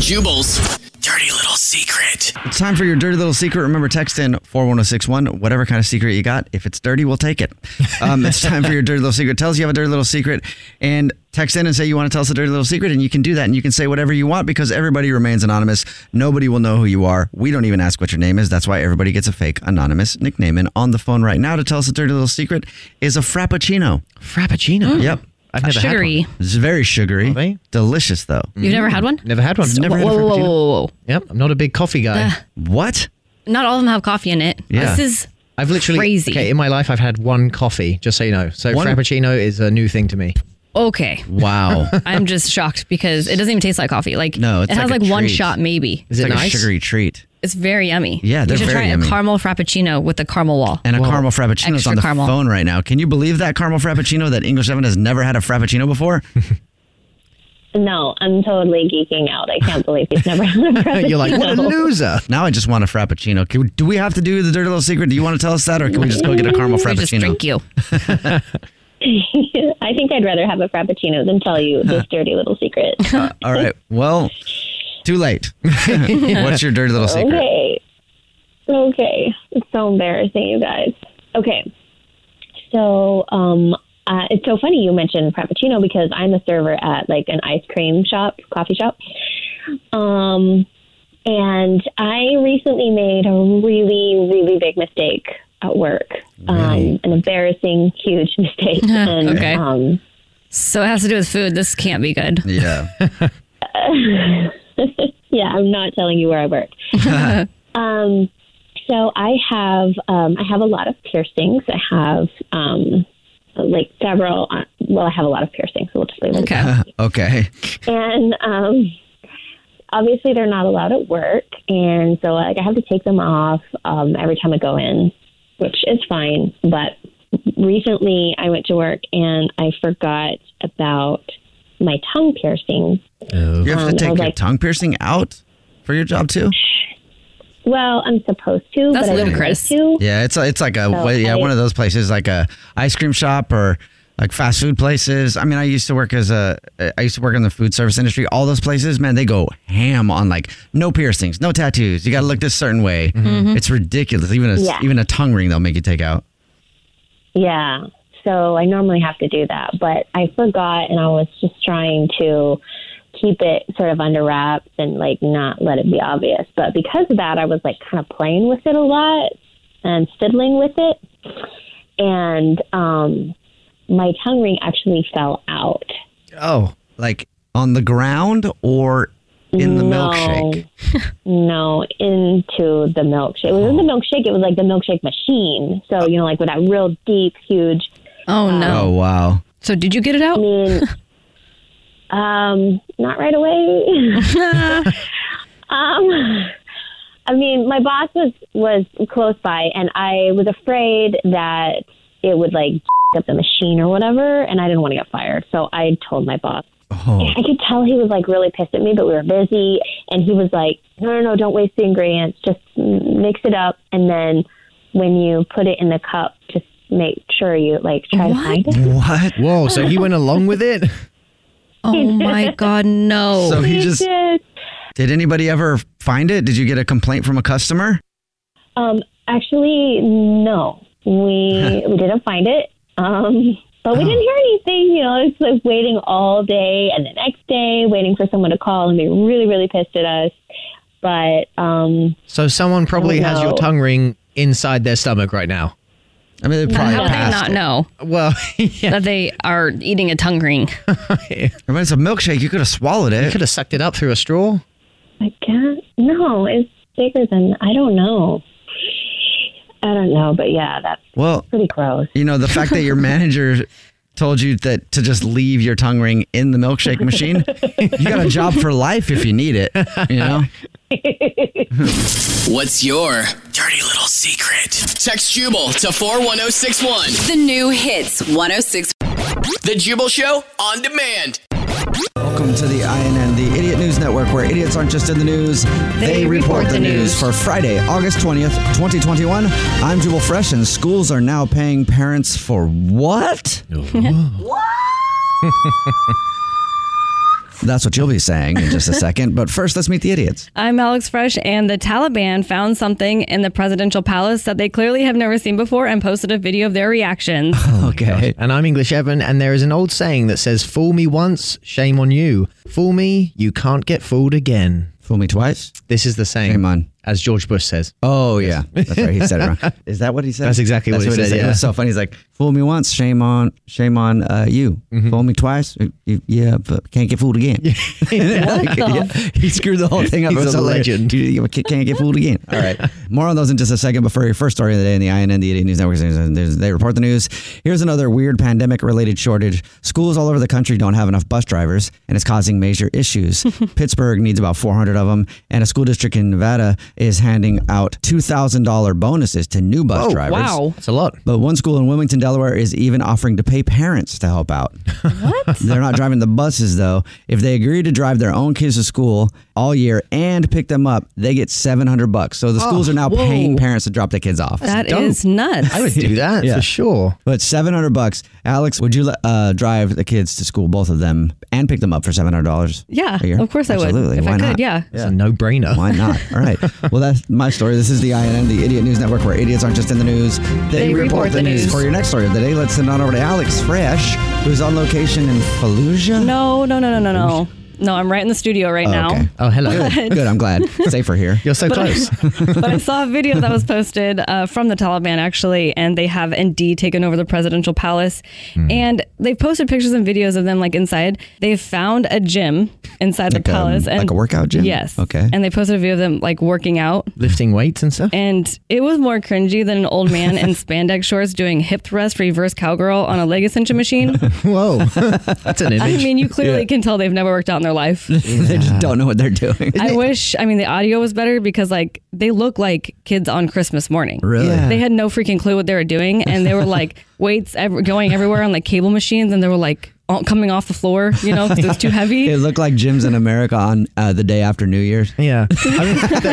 S8: Jubal's dirty
S10: [LAUGHS]
S8: little secret.
S5: It's time for your dirty little secret. Remember, text in 41061. Whatever kind of secret you got, if it's dirty, we'll take it. Um,
S7: [LAUGHS]
S5: it's time for your dirty little secret. Tell us you have a dirty little secret and text in and say you want to tell us a dirty little secret. And you can do that. And you can say whatever you want because everybody remains anonymous. Nobody will know who you are. We don't even ask what your name is. That's why everybody gets a fake anonymous nickname. And on the phone right now to tell us a dirty little secret is a Frappuccino.
S7: Frappuccino?
S5: Yep.
S7: I've never had Sugary. one.
S5: It's very sugary. Delicious, though.
S6: You've never had one?
S7: Hmm. Never had one.
S6: Never had a Whoa, whoa, frappuccino. whoa, whoa.
S7: Yep, I'm not a big coffee guy.
S5: what?
S6: Not all of them have coffee in it. This is
S7: I've literally
S6: crazy.
S7: Okay, in my life, I've had one coffee. Just so you know, so
S6: One-
S7: frappuccino is a new thing to me.
S6: okay.
S5: Wow.
S6: [LAUGHS] I'm just shocked because it doesn't even taste like coffee. Like
S7: No, it's
S6: it has
S7: like
S6: like,
S7: a
S6: one
S7: treat.
S6: shot maybe.
S5: It's like a sugary treat.
S6: It's very yummy.
S5: Yeah,
S6: you
S5: they're
S6: should
S5: very
S6: try
S5: yummy.
S6: a caramel frappuccino with a caramel wall
S5: And a caramel frappuccino is
S6: Extra
S5: on the
S6: caramel.
S5: phone right now. Can you believe that caramel frappuccino that English Evan has never had a frappuccino
S6: [LAUGHS]
S5: before?
S15: No, I'm totally geeking out. I can't believe he's never had a
S5: [LAUGHS]
S15: present.
S5: loser. Now I just want a frappuccino. Can we- do we have to do the dirty little secret? Do you want to tell us that or can we just go get a caramel
S6: Mm,
S5: frappuccino?
S6: you.
S15: [LAUGHS] I think I'd rather have a frappuccino than tell you this dirty little
S5: [LAUGHS]
S15: secret.
S5: [LAUGHS] All right. Well, too late. [LAUGHS] What's your dirty little secret?
S14: Okay. Okay. It's so embarrassing, you guys.
S15: Okay. So, um, uh, it's so funny you mentioned Frappuccino because I'm a server at like an ice cream shop, coffee shop. Um, And I recently made a really, really big mistake at work. Um, an embarrassing, huge [LAUGHS] mistake.
S6: [LAUGHS]
S15: and,
S6: okay.
S15: Um,
S6: so it has to do with food. This can't be good. [LAUGHS]
S5: Yeah.
S15: [LAUGHS] yeah, I'm not telling you where I
S6: [LAUGHS]
S15: work. um, so I have um, I have a lot of piercings. I have um, like several. Uh, well, I have a lot of piercings. So we'll just leave it. at that.
S5: [LAUGHS] okay.
S15: and um, obviously they're not allowed at work, and so like I have to take them off um, every time I go in, which is fine. But recently I went to work and I forgot about my tongue piercing.
S5: You have
S15: Um, I
S5: to
S15: was
S5: take your
S15: like-
S5: tongue piercing out for your job too.
S15: Well, I'm supposed to,
S6: That's
S15: but
S6: ludicrous.
S15: I don't like to.
S5: Yeah, it's a, it's like a
S15: So
S5: wa- yeah
S15: I-
S5: one of those places like a ice cream shop or like fast food places. I mean, I used to work as a I used to work in the food service industry. All those places, man, they go ham on like no piercings, no tattoos. You got to look this certain way.
S15: Mhm.
S5: It's ridiculous. Even a
S15: Yeah.
S5: even a tongue ring they'll make you take out.
S15: Yeah. So I normally have to do that, but I forgot and I was just trying to keep it sort of under wraps and like not let it be obvious. But because of that, I was like kind of playing with it a lot and fiddling with it. And um, my tongue ring actually fell out.
S5: Oh, like on the ground or in the
S15: No.
S5: milkshake.
S15: [LAUGHS]
S5: Oh.
S15: no, into the milkshake. It was in the milkshake. It was like the milkshake machine. So, you know, like with that real deep, huge. um,
S6: Oh,
S5: Oh wow.
S6: So did you get it out?
S15: I mean, [LAUGHS] um, not right
S6: [LAUGHS]
S15: away. um, I mean, my boss was was close by, and I was afraid that it would like [LAUGHS] up the machine or whatever, and I didn't want to get fired, so I told my boss. And I could tell he was like really pissed at me, but we were busy, and he was like, "No, no, no, don't waste the ingredients. Just m- mix it up, and then when you put it in the cup, just make sure you like try to find it."
S5: What?
S7: Whoa! So he went along with it.
S5: [LAUGHS]
S6: Oh my God, no.
S5: So he just- Did anybody ever find it? Did you get a complaint from a customer?
S15: Um, actually, no.
S5: [LAUGHS]
S15: We we didn't find it. Um, but we didn't hear anything. You know, it's like waiting all day and the next day, waiting for someone to call and be really, really pissed at us. But um,
S7: So someone probably has your
S15: know.
S7: tongue ring inside their stomach right now.
S5: I mean,
S6: Now, How would they not know?
S5: [LAUGHS]
S7: Well,
S6: that they are eating a tongue ring.
S5: I mean, it's a milkshake. You could have swallowed it. You could
S7: have sucked it up through a straw.
S15: I can't. No, it's bigger than I don't know. I don't know, but yeah, that's
S5: Well,
S15: pretty gross.
S5: You know, the fact [LAUGHS] that your manager told you that to just leave your tongue ring in the milkshake machine, you got a job for life if you need it. You know?
S8: What's your dirty little secret? Text Jubal to 41061.
S9: The new hits 106.
S8: The Jubal Show on demand.
S5: Welcome to the INN, the Idiot News Network, where idiots aren't just in the news, they, report, the news. For Friday, August 20th, 2021, I'm Jubal Fresh, and schools are now paying parents for [LAUGHS] what? That's what you'll be saying in just a second. But first, let's meet the idiots.
S6: [LAUGHS] I'm Alex Fresh, and the Taliban found something in the presidential palace that they clearly have never seen before and posted a video of their
S5: [LAUGHS]
S6: reactions.
S5: Oh Okay.
S7: And I'm English Evan, and there is an old saying that says, Fool me once, shame on you. Fool me, you can't get fooled again.
S5: Fool me twice?
S7: This is the saying.
S5: Shame on.
S7: As George Bush says.
S5: Oh, yeah. That's right. He said
S7: [LAUGHS]
S5: it wrong. Is that what he said?
S7: That's exactly
S5: That's
S7: what he
S5: it is.
S7: said.
S5: It
S7: yeah.
S5: was so funny. He's like, "Fool me once, shame on, shame on uh, you. Fool me twice, uh, you- yeah, but can't get fooled again." Like,
S7: the-
S5: [LAUGHS] yeah, he screwed the whole thing
S7: [LAUGHS]
S5: up.
S7: He's
S5: It was
S7: a
S5: hilarious. You Can't get fooled again.
S7: [LAUGHS]
S5: All right. More on those in just a second. But for your first story of the day in the INN, the 80 News Network, there's- they report the news. Here's another weird pandemic-related shortage. Schools all over the country don't have enough bus drivers, and it's causing major
S7: [LAUGHS]
S5: issues. Pittsburgh needs about 400 of them, and a school district in Nevada is handing out $2,000 bonuses to new bus
S7: Oh,
S5: drivers.
S7: wow. That's a lot.
S5: But one school in Wilmington, Delaware is even offering to pay parents to
S7: [LAUGHS]
S5: help out. What? [LAUGHS] They're not driving the buses, though. If they agree to drive their own kids to school all year and pick them up, they get 700 bucks. So the
S6: Oh,
S5: schools are now
S6: whoa.
S5: paying parents to drop their kids off.
S6: That is nuts.
S7: I would do that
S5: Yeah.
S7: for sure.
S5: But 700 bucks. Alex, would you let- uh, drive the kids to school, both of them, and pick them up for $700?
S6: Yeah,
S5: a year?
S6: of course I would.
S5: Absolutely.
S6: If I
S5: Why
S6: could,
S5: not?
S6: yeah.
S7: It's a no brainer.
S5: Why
S7: [LAUGHS]
S5: not? All right. Well, that's my story. This is the INN, the Idiot News Network, where idiots aren't just in the news, they, report, the news. For your next story of the day, let's send on over to Alex Fresh, who's on location in Fallujah.
S6: No, no, no, no, no, no. No, I'm right in the studio right now.
S5: Oh, hello.
S6: [LAUGHS]
S5: Good. Good. I'm glad. Safer here. You're so
S6: But I- [LAUGHS] but I saw a video
S5: [LAUGHS]
S6: that was posted uh, from the Taliban actually, and they have indeed taken over the presidential palace.
S5: Hmm.
S6: And they've posted pictures and videos of them like inside. They've found a gym inside
S5: Like,
S6: the
S5: um,
S6: palace, and
S5: like a workout gym?
S6: Yes.
S5: Okay.
S6: And they posted a video of them like working out.
S7: Lifting weights and stuff.
S6: And it was more cringy than an old
S5: [LAUGHS]
S6: man in spandex shorts doing hip thrust, reverse cowgirl on a leg
S5: [LAUGHS]
S6: extension machine.
S5: Whoa. That's an
S6: I mean, you clearly can tell they've never worked out in their
S5: [LAUGHS]
S6: life.
S5: they just don't know what they're [LAUGHS] doing.
S6: I wish. I mean, the audio was better because like they look like kids on Christmas morning.
S5: Really? Yeah.
S6: They had no freaking clue what they were doing, and they
S5: [LAUGHS]
S6: were like weights ev- going everywhere on like cable machines, and they were like all- coming off the floor, you know, because it was too
S5: [LAUGHS]
S6: heavy.
S5: It looked like gyms in America on uh, the day after New Year's.
S7: Yeah.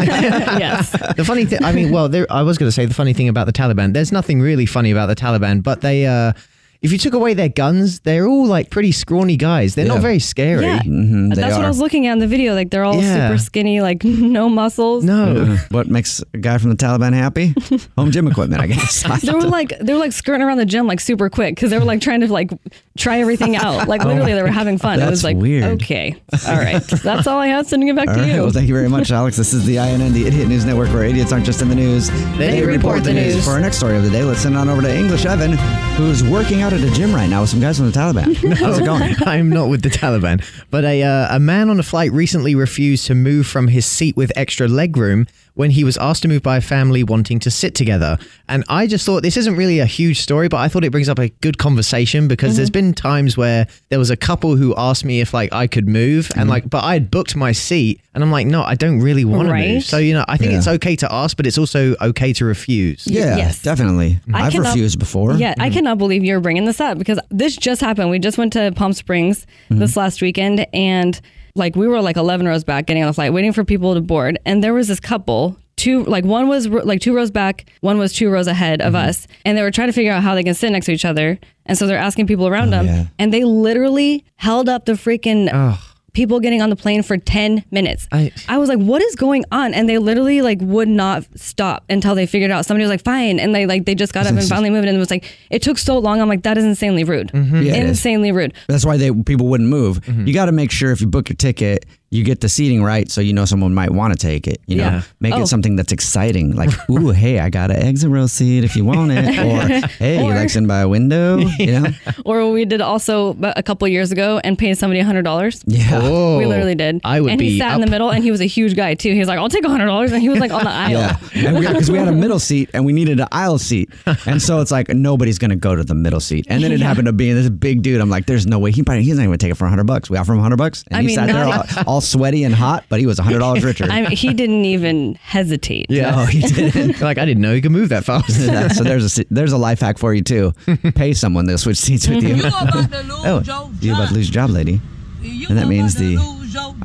S6: yes.
S7: The funny thing, I mean, well, there, I was going to say the funny thing about the Taliban. There's nothing really funny about the Taliban, but they, uh, if you took away their guns, they're all like pretty scrawny guys. They're not very scary.
S6: Yeah. That's what I was looking at in the video. Like they're all
S5: Yeah.
S6: super skinny, like [LAUGHS] no muscles.
S5: Uh, what makes a guy from the Taliban happy? Home gym equipment, I guess. I
S6: [LAUGHS] They were
S5: don't- [LAUGHS]
S6: like they were like skirting around the gym like super quick because they were like trying to like try everything out.
S5: [LAUGHS]
S6: Like
S5: Oh
S6: literally,
S5: my
S6: they were having fun. it
S5: God.
S6: was
S5: That's
S6: like
S5: weird. [LAUGHS]
S6: okay, all right, that's all I have. Sending it back
S5: All
S6: to
S5: right,
S6: you.
S5: well, thank you very much, Alex. This is the INN, the Idiot News Network, where idiots aren't just in the news.
S6: They report the news.
S5: For our next story of the day, let's send it on over to English Evan, who's working out at a gym right now with some guys from
S7: [LAUGHS]
S5: the Taliban. How's it going?
S7: I'm not with the Taliban, but a uh, a man on a flight recently refused to move from his seat with extra legroom when he was asked to move by a family wanting to sit together. And I just thought this isn't really a huge story, but I thought it brings up a good conversation because there's been times where there was a couple who asked me if like I could move and like, but I had booked my seat and I'm like, no, I don't really want to
S5: Right.
S7: move. So you know, I think
S5: Yeah.
S7: it's okay to ask, but it's also okay to refuse.
S5: Yeah,
S6: Yes.
S5: definitely.
S6: I
S5: I've
S6: cannot-
S5: refused before. Mm.
S6: Yeah,
S7: Mm.
S6: I cannot believe you're bringing this up because this just happened. We just went to Palm Springs
S5: Mm-hmm.
S6: this last weekend and like we were like 11 rows back getting on the flight, waiting for people to board. And there was this couple, two, like one was ro- like two rows back, one was two rows ahead of
S5: Mm-hmm.
S6: us. And they were trying to figure out how they can sit next to each other. And so they're asking people around
S5: Oh,
S6: them. And they literally held up the freaking. People getting on the plane for 10 minutes. I, was like, what is going on? And they literally like would not stop until they figured it out. Somebody was like, fine. And they like, they just got up and
S5: That's
S6: finally moved. And it was like, it took so long. I'm like, that is insanely rude.
S5: Yeah, it is.
S6: Mm-hmm. insanely rude. Mm-hmm.
S5: That's why they people wouldn't move. You got to make sure if you book your ticket, you get the seating right, so you know someone might want to take it. You know,
S6: Yeah.
S5: make
S6: Oh.
S5: it something that's exciting.
S6: [LAUGHS]
S5: Like, ooh, hey, I got an exit row seat if you want it,
S6: [LAUGHS]
S5: or hey, you
S6: Or-
S5: like sitting by a window. You
S6: [LAUGHS]
S5: know,
S6: Or we did also about a couple years ago and paid somebody $100.
S5: Yeah. Oh.
S6: we literally did.
S5: I would
S6: and he
S5: be
S6: sat in the
S5: up.
S6: middle and he was a huge guy too. He was like, I'll take $100. And he was
S5: [LAUGHS]
S6: like on the aisle.
S5: yeah, because we, had a middle seat and we needed an aisle seat, and so it's like nobody's gonna go to the middle seat. And then it
S6: Yeah.
S5: happened to be this big dude. I'm like, there's no way he probably, he's not even gonna take it for hundred bucks. We offer him hundred bucks, and
S6: I
S5: he
S6: mean,
S5: sat there all,
S6: not-
S5: all sweaty and hot, but he was hundred dollars richer.
S6: [LAUGHS] I mean, he didn't even hesitate.
S5: Yeah, Oh, he
S6: [LAUGHS]
S5: didn't.
S7: like I didn't know he could move that fast.
S5: so there's a se- there's a life hack for you too. Pay someone they'll switch seats with you. [LAUGHS]
S16: You about to lose
S5: oh,
S16: your
S5: you about to lose your job, lady. and that means the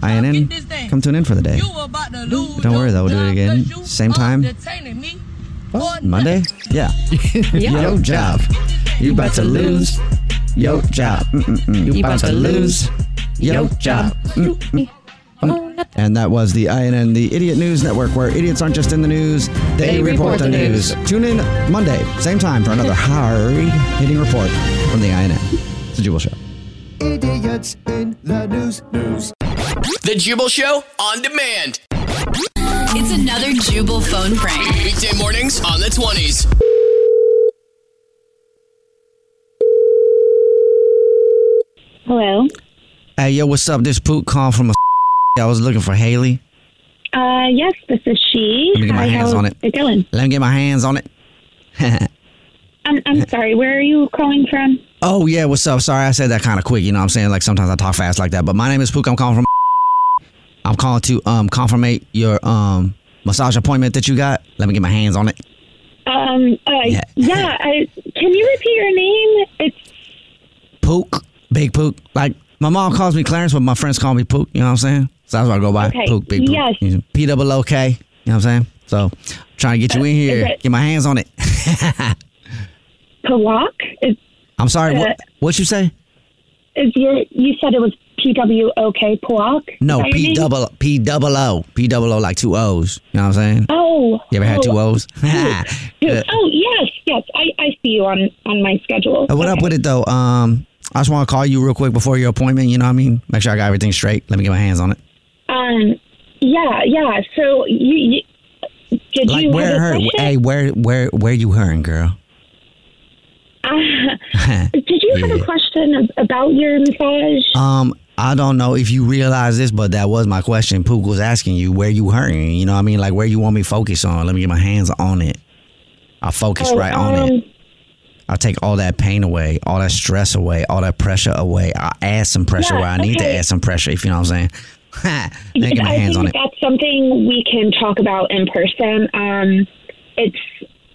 S5: INN come to an end for the day. Don't worry though, we'll do it again same time Monday. [LAUGHS] Yeah. Yo job, you about to lose. Yo Mm, job, Mm-mm-mm.
S16: You about to lose.
S5: Yo job. Mm-mm. Mm. And that was the INN, the Idiot News Network, where idiots aren't just in the news, they, report, the news. Tune in Monday, same time, for [LAUGHS] another hard-hitting report from the INN. It's the Jubal Show.
S4: Idiots in the news. News.
S8: The Jubal Show on demand.
S9: It's another Jubal phone prank.
S8: Weekday mornings on the 20s.
S17: Hello.
S5: Hey, yo, what's up? This poot call from a [LAUGHS] I was looking for Haley.
S17: Uh, yes, this is she.
S5: Let me get my
S17: Hi,
S5: hands
S17: how's
S5: on it.
S17: it going?
S5: Let me get my hands on it. [LAUGHS]
S17: I'm, I'm sorry. Where are you calling from?
S5: Oh yeah, what's up? Sorry, I said that kind of quick. You know, what I'm saying like sometimes I talk fast like that. But my name is Pook. I'm calling from. [LAUGHS] I'm calling to um confirmate your um massage appointment that you got. Let me get my hands on it.
S17: Um, uh, yeah. I, can you repeat your name? It's
S5: Pook, big Pook. Like my mom calls me Clarence, but my friends call me Pook. You know what I'm saying? So that's what I go by.
S17: Okay,
S5: Pook, big Pook.
S17: yes.
S5: P double O K. You know what I'm saying? So trying to get you in here,
S17: Uh, it-
S5: get my hands on it. [LAUGHS]
S17: Pawak. It's,
S5: I'm sorry.
S17: Uh,
S5: what what you say?
S17: is your? You said it was P W O K Pawak.
S5: No,
S17: Is that your
S5: P
S17: name?
S5: double P double O P double O like two O's. You know what I'm saying?
S17: Oh.
S5: You ever had
S17: oh,
S5: two O's? [LAUGHS]
S17: dude.
S5: Yeah.
S17: Oh yes, yes. I, I see you on on my schedule.
S5: Uh, What up with it though? Um, I just want to call you real quick before your appointment. You know what I mean? Make sure I got everything straight. Let me get my hands on it.
S12: Um, yeah, yeah. So you, you did
S5: like
S12: you have
S5: where
S12: a
S5: her?
S12: question?
S5: Hey, where where where you hurting, girl? [LAUGHS]
S17: [LAUGHS]
S12: Uh, did you have a question ab- about your massage?
S5: Um, I don't know if you realize this, but that was my question. Pook was asking you where you hurting. You know what I mean? Like where you want me focus on? Let me get my hands on it. I focus
S12: Oh,
S5: right on
S12: um,
S5: it. I take all that pain away, all that stress away, all that pressure away. I add some pressure
S12: Yeah,
S5: where I need to
S12: okay.
S5: add some pressure. If you know what I'm saying? [LAUGHS] Ha! Let me get my
S12: I
S5: hands
S12: think
S5: on it.
S12: that's something we can talk about in person. Um, it's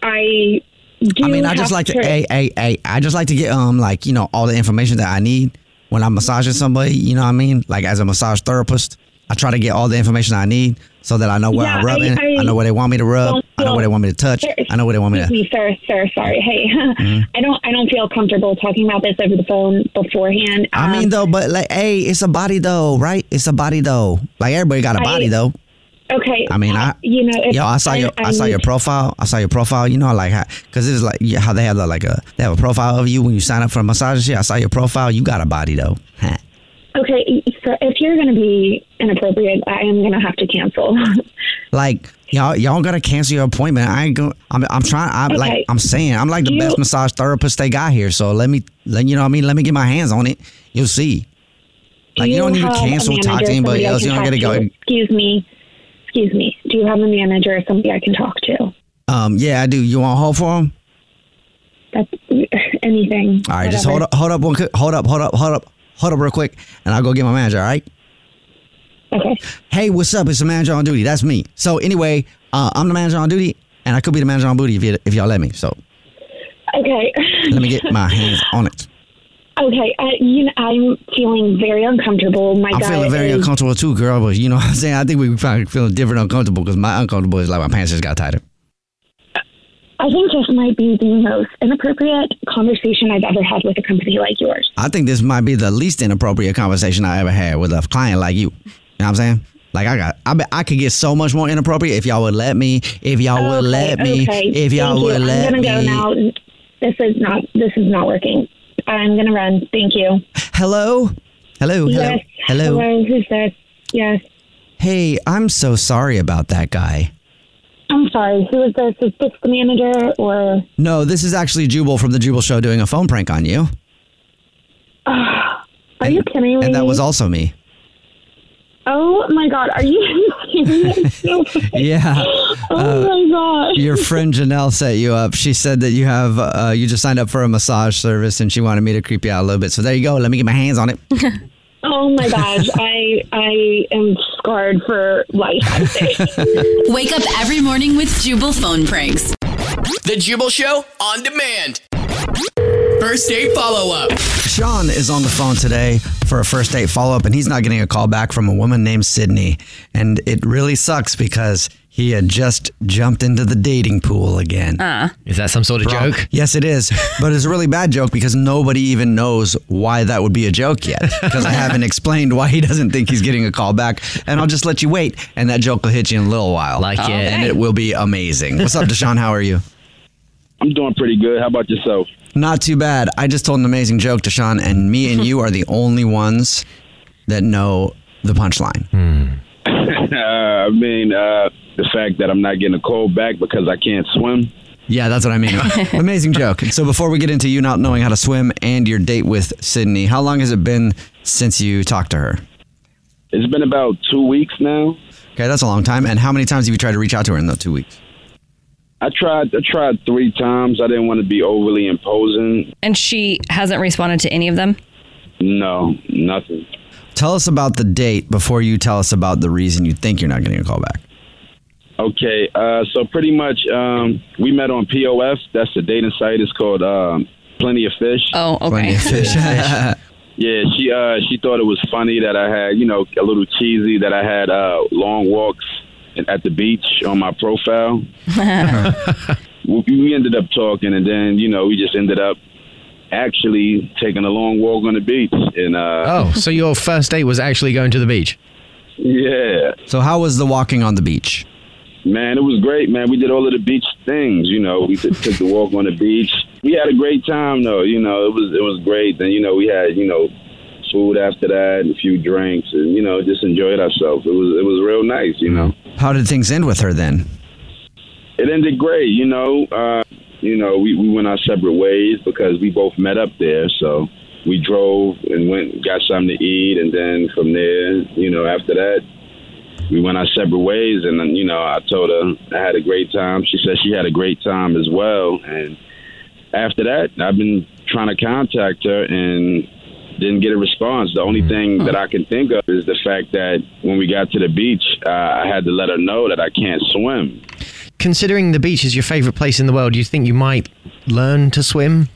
S12: I do.
S5: I mean, I
S12: have
S5: just like to,
S12: to
S5: hey, hey, hey, I just like to get um, like you know, all the information that I need when I'm massaging somebody. You know what I mean? Like as a massage therapist, I try to get all the information I need so that I know where
S12: Yeah,
S5: I'm
S12: I-
S5: rubbing. I,
S12: I
S5: know where they want me to rub.
S12: don't
S5: I know
S12: feel-
S5: where they want me to touch.
S12: Sir,
S5: I know where they want me
S12: Excuse
S5: to.
S12: me, sir, sir, sorry. Hey, [LAUGHS]
S5: Mhm.
S12: I don't, I don't feel comfortable talking about this over the phone beforehand.
S5: I mean,
S12: Um,
S5: [LAUGHS] though, but like, hey, it's a body though, right? It's a body though. Like everybody got a
S12: I-
S5: body though.
S12: okay.
S5: I mean, I
S12: you know, if
S5: yo, I saw your I, saw
S12: need-
S5: your profile. I saw your profile. You know, I like how because it's like yeah, how they have the, like a they have a profile of you when you sign up for a massage. and shit. I saw your profile. You got a body though. [LAUGHS] Ha.
S12: Okay, so if you're going to be inappropriate, I am going to have to cancel. [LAUGHS]
S5: Like y'all, y'all gotta cancel your appointment. I ain't going. I'm, I'm trying. I'm
S12: Okay.
S5: like, I'm saying, I'm like the
S12: You-
S5: best massage therapist they got here. So let me, let you know what I mean. Let me get my hands on it. You'll see. Like you,
S12: Do
S5: don't need to
S12: have a
S5: cancel, talk
S12: manager,
S5: to anybody
S12: somebody I
S5: else. You
S12: can
S5: don't gotta
S12: talk
S5: go.
S12: Excuse me, excuse me. Do you have a manager or somebody I can talk to? [LAUGHS]
S5: Um, yeah, I do. You want to hold for him?
S12: That's anything.
S5: All right, just hold
S12: whatever.
S5: up, hold up, one, quick- hold up, hold up, hold up, hold up, real quick, and I'll go get my manager. All right.
S12: Okay.
S5: Hey, what's up? It's the manager on duty. That's me. So anyway, uh, I'm the manager on duty, and I could be the manager on duty if, you, if y'all let me. So
S12: Okay. [LAUGHS]
S5: let me get my hands on it.
S12: Okay, uh, you know, I'm feeling very uncomfortable. My
S5: I'm
S12: guy
S5: feeling very
S12: is-
S5: uncomfortable too, girl. But you know what I'm saying? I think we probably feeling different uncomfortable because my uncomfortable is like my pants just got tighter.
S12: I think this might be the most inappropriate conversation I've ever had with a company like yours.
S5: I think this might be the least inappropriate conversation I ever had with a client like you. You know what I'm saying? Like I got, I bet I could get so much more inappropriate if y'all would let me. If y'all would let me.
S12: Okay,
S5: If y'all
S12: thank
S5: would
S12: you.
S5: let
S12: I'm gonna
S5: me.
S12: go now. This is not. This is not working. I'm gonna run. Thank you.
S5: Hello. Oh, Hello. Hello.
S12: Yes.
S5: Hello.
S12: Who's this? Yes.
S5: Hey, I'm so sorry about that guy.
S12: I'm sorry. Who is this? Is this the manager or?
S5: No, this is actually Jubal from the Jubal Show doing a phone prank on you,
S12: Ugh, [SIGHS] are you kidding me?
S5: and that was also me.
S12: Oh my god! Are you [LAUGHS] serious? No.
S5: [LAUGHS] Yeah. Uh,
S12: oh my god!
S5: Your friend Janelle set you up. She said that you have uh, you just signed up for a massage service, and she wanted me to creep you out a little bit. So there you go. Let me get my hands on it.
S12: Oh my [LAUGHS] gosh! I I am scarred for life. I [LAUGHS] think.
S18: Wake up every morning with Jubal phone pranks.
S8: The Jubal Show on demand. First date follow up.
S5: Sean is on the phone today for a first date follow up, and he's not getting a call back from a woman named Sydney, and it really sucks because he had just jumped into the dating pool again.
S19: Is that some sort of
S5: Bro,
S19: joke?
S5: Yes, it is. But it's a really bad joke because nobody even knows why that would be a joke yet. Because I haven't explained why he doesn't think he's getting a call back. And I'll just let you wait, and that joke will hit you in a little while. Like
S19: it.
S5: And it will be amazing. What's up, Deshaun? How are you?
S20: I'm doing pretty good. How about yourself?
S5: Not too bad. I just told an amazing joke, Deshaun, and me and you are the only ones that know the punchline.
S20: uh, [LAUGHS] I mean, uh, the fact that I'm not getting a cold back because I can't swim.
S5: Yeah, that's what I mean. amazing joke. So before we get into you not knowing how to swim and your date with Sydney, how long has it been since you talked to her?
S20: It's been about two weeks now.
S5: Okay, that's a long time. And how many times have you tried to reach out to her in those two weeks?
S20: I tried. I tried three times. I didn't want to be overly imposing.
S6: And she hasn't responded to any of them.
S20: No, nothing.
S5: Tell us about the date before you tell us about the reason you think you're not getting a call back.
S20: Okay, uh, so pretty much um, we met on POF. That's the dating site. It's called um, Plenty of Fish.
S6: Oh, okay. Plenty of
S20: [LAUGHS]
S6: Fish.
S20: yeah, she uh, she thought it was funny that I had you know a little cheesy that I had uh, long walks at the beach on my profile. we, we ended up talking, and then you know we just ended up actually taking a long walk on the beach. And uh,
S19: Oh, so your first date was actually going to the beach?
S20: yeah,
S5: So how was the walking on the beach?
S20: Man, it was great, man. We did all of the beach things, you know. We did, took the walk on the beach, We had a great time though. You know, it was it was great. Then you know we had you know food after that, and a few drinks, and you know just enjoyed ourselves. It was it was real nice. You know,
S5: How did things end with her then?
S20: it ended great. You know, uh, you know we we went our separate ways because we both met up there. So we drove and went got something to eat, and then from there, you know, after that. We went our separate ways, and then, you know, I told her I had a great time. She said she had a great time as well, and after that, I've been trying to contact her and didn't get a response. The only thing that I can think of is the fact that when we got to the beach, uh, I had to let her know that I can't swim.
S7: Considering the beach is your favorite place in the world, do you think you might learn to swim?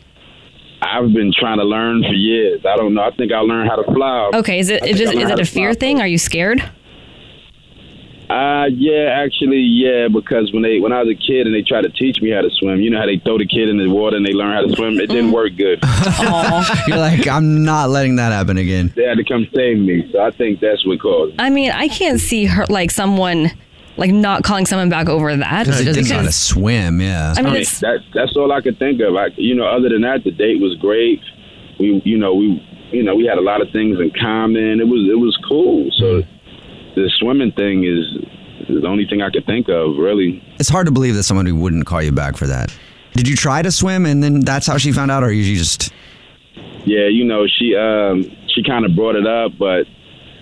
S20: I've been trying to learn for years. I don't know. I think I learned how to fly.
S6: [LAUGHS] Okay, is it,
S20: I
S6: it
S20: think
S6: just
S20: I learned
S6: is
S20: how
S6: it
S20: to
S6: a fear thing? Are you scared?
S20: Uh, yeah, actually, yeah, because when they when I was a kid and they tried to teach me how to swim, you know how they throw the kid in the water and they learn how to swim. It didn't work
S6: [LAUGHS]
S20: good.
S5: [LAUGHS] You're like, I'm not letting that happen again.
S20: They had to come save me, so I think that's what caused. it.
S6: I mean, I can't see her like someone like not calling someone back over that. because-
S5: swim, yeah.
S6: I mean, it's-
S20: that that's all I could think of. I, you know, other than that, the date was great. We, you know, we, you know, we had a lot of things in common. It was it was cool. So the swimming thing is, is the only thing I could think of, really.
S5: It's hard to believe that someone who wouldn't call you back for that. Did you try to swim and then that's how she found out, or you just
S20: Yeah, you know, she um she kind of brought it up, but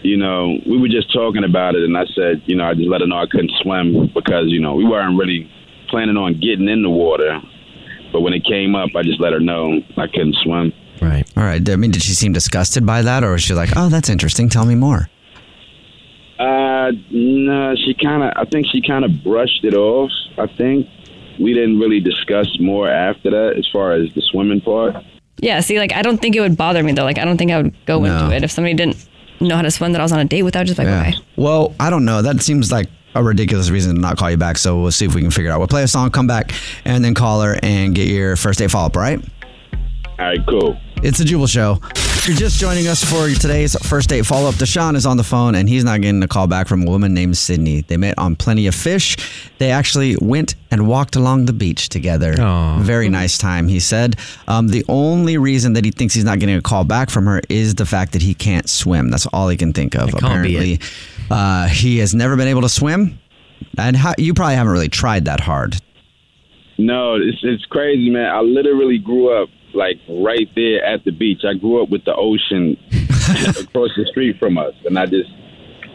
S20: you know, we were just talking about it, and I said, you know, I just let her know I couldn't swim because you know we weren't really planning on getting in the water. But when it came up, I just let her know I couldn't swim.
S5: right? All right. I mean, did she seem disgusted by that, or was she like, oh, that's interesting? Tell me more.
S20: Uh, no, she kind of. I think she kind of brushed it off. I think we didn't really discuss more after that, as far as the swimming part.
S6: yeah. See, like I don't think it would bother me though. Like I don't think I would go
S5: No.
S6: into it if somebody didn't know how to swim that I was on a date with. I would just be like, okay.
S5: Well, I don't know. That seems like a ridiculous reason to not call you back. So we'll see if we can figure it out. We'll play a song, come back, and then call her and get your first date follow up, all right?
S20: All right, cool.
S5: It's the Jubal Show. If you're just joining us for today's first date follow up, Deshaun is on the phone and he's not getting a call back from a woman named Sydney. They met on Plenty of Fish. They actually went and walked along the beach together. Very nice time, he said. Um, the only reason that he thinks he's not getting a call back from her is the fact that he can't swim. That's all he can think of.
S7: can't be
S5: apparently, uh, he has never been able to swim. And how, you probably haven't really tried that hard.
S20: No, it's it's crazy, man. I literally grew up like right there at the beach. I grew up with the ocean [LAUGHS] across the street from us, and I just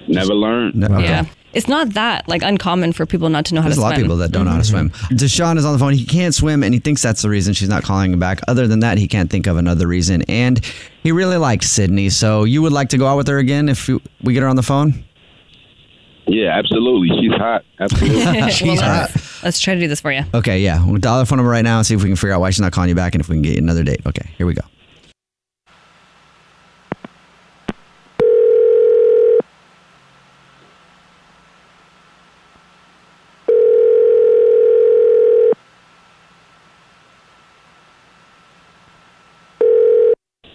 S20: never learned.
S6: Yeah. It's not that like uncommon for people not to know how
S5: There's
S6: to
S5: a
S6: swim.
S5: lot of people that don't know how to [LAUGHS] swim. Deshaun is on the phone. He can't swim, and he thinks that's the reason she's not calling him back. Other than that, he can't think of another reason. And he really liked Sydney, so you would like to go out with her again if you- we get her on the phone.
S20: Yeah, absolutely. She's hot. Absolutely.
S6: [LAUGHS] Well, [LAUGHS]
S5: She's hot.
S6: let's, let's try to do this for you.
S5: Okay, yeah. We'll dial her phone number right now and see if we can figure out why she's not calling you back, and if we can get you another date. Okay, here we go.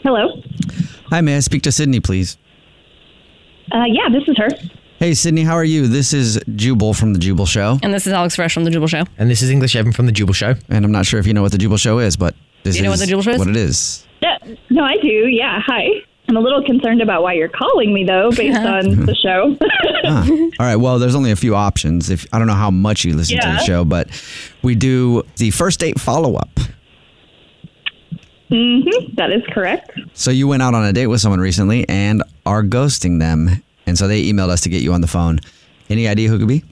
S14: Hello.
S5: Hi, may I speak to Sydney, please?
S14: Uh, yeah, this is her.
S5: Hey, Sydney, how are you? This is Jubal from the Jubal Show,
S6: And this is Alex Fresh from the Jubal Show.
S5: and this is English Evan from the Jubal Show. And I'm not sure if you know what the Jubal Show is, but this
S14: Do you know
S5: is
S14: what the Jubal Show is?
S5: what it is.
S14: Yeah, no, I do. Yeah, hi. I'm a little concerned about why you're calling me though, based on the show.
S5: Huh. All right. Well, there's only a few options. If I don't know how much you listen to
S14: Yeah.
S5: the show, but we do the first date follow up.
S14: Mhm, that is correct.
S5: So you went out on a date with someone recently and are ghosting them, and so they emailed us to get you on the phone. Any idea who it could be?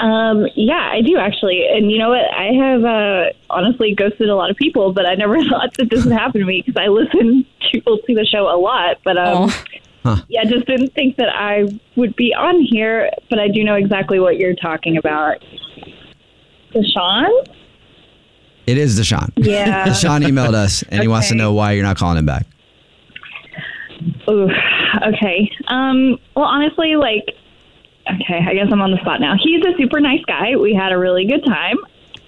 S14: Um, yeah, I do actually, and you know what? I have uh, honestly ghosted a lot of people, but I never [LAUGHS] thought that this would happen to me because I listen to to the show a lot. But um, yeah, just didn't think that I would be on here. But I do know exactly what you're talking about, Deshaun.
S5: It is Deshaun.
S14: Yeah.
S5: [LAUGHS] Deshaun emailed us, and he wants to know why you're not calling him back.
S14: Ooh, okay. Um, well, honestly, like, okay, I guess I'm on the spot now. He's a super nice guy. We had a really good time.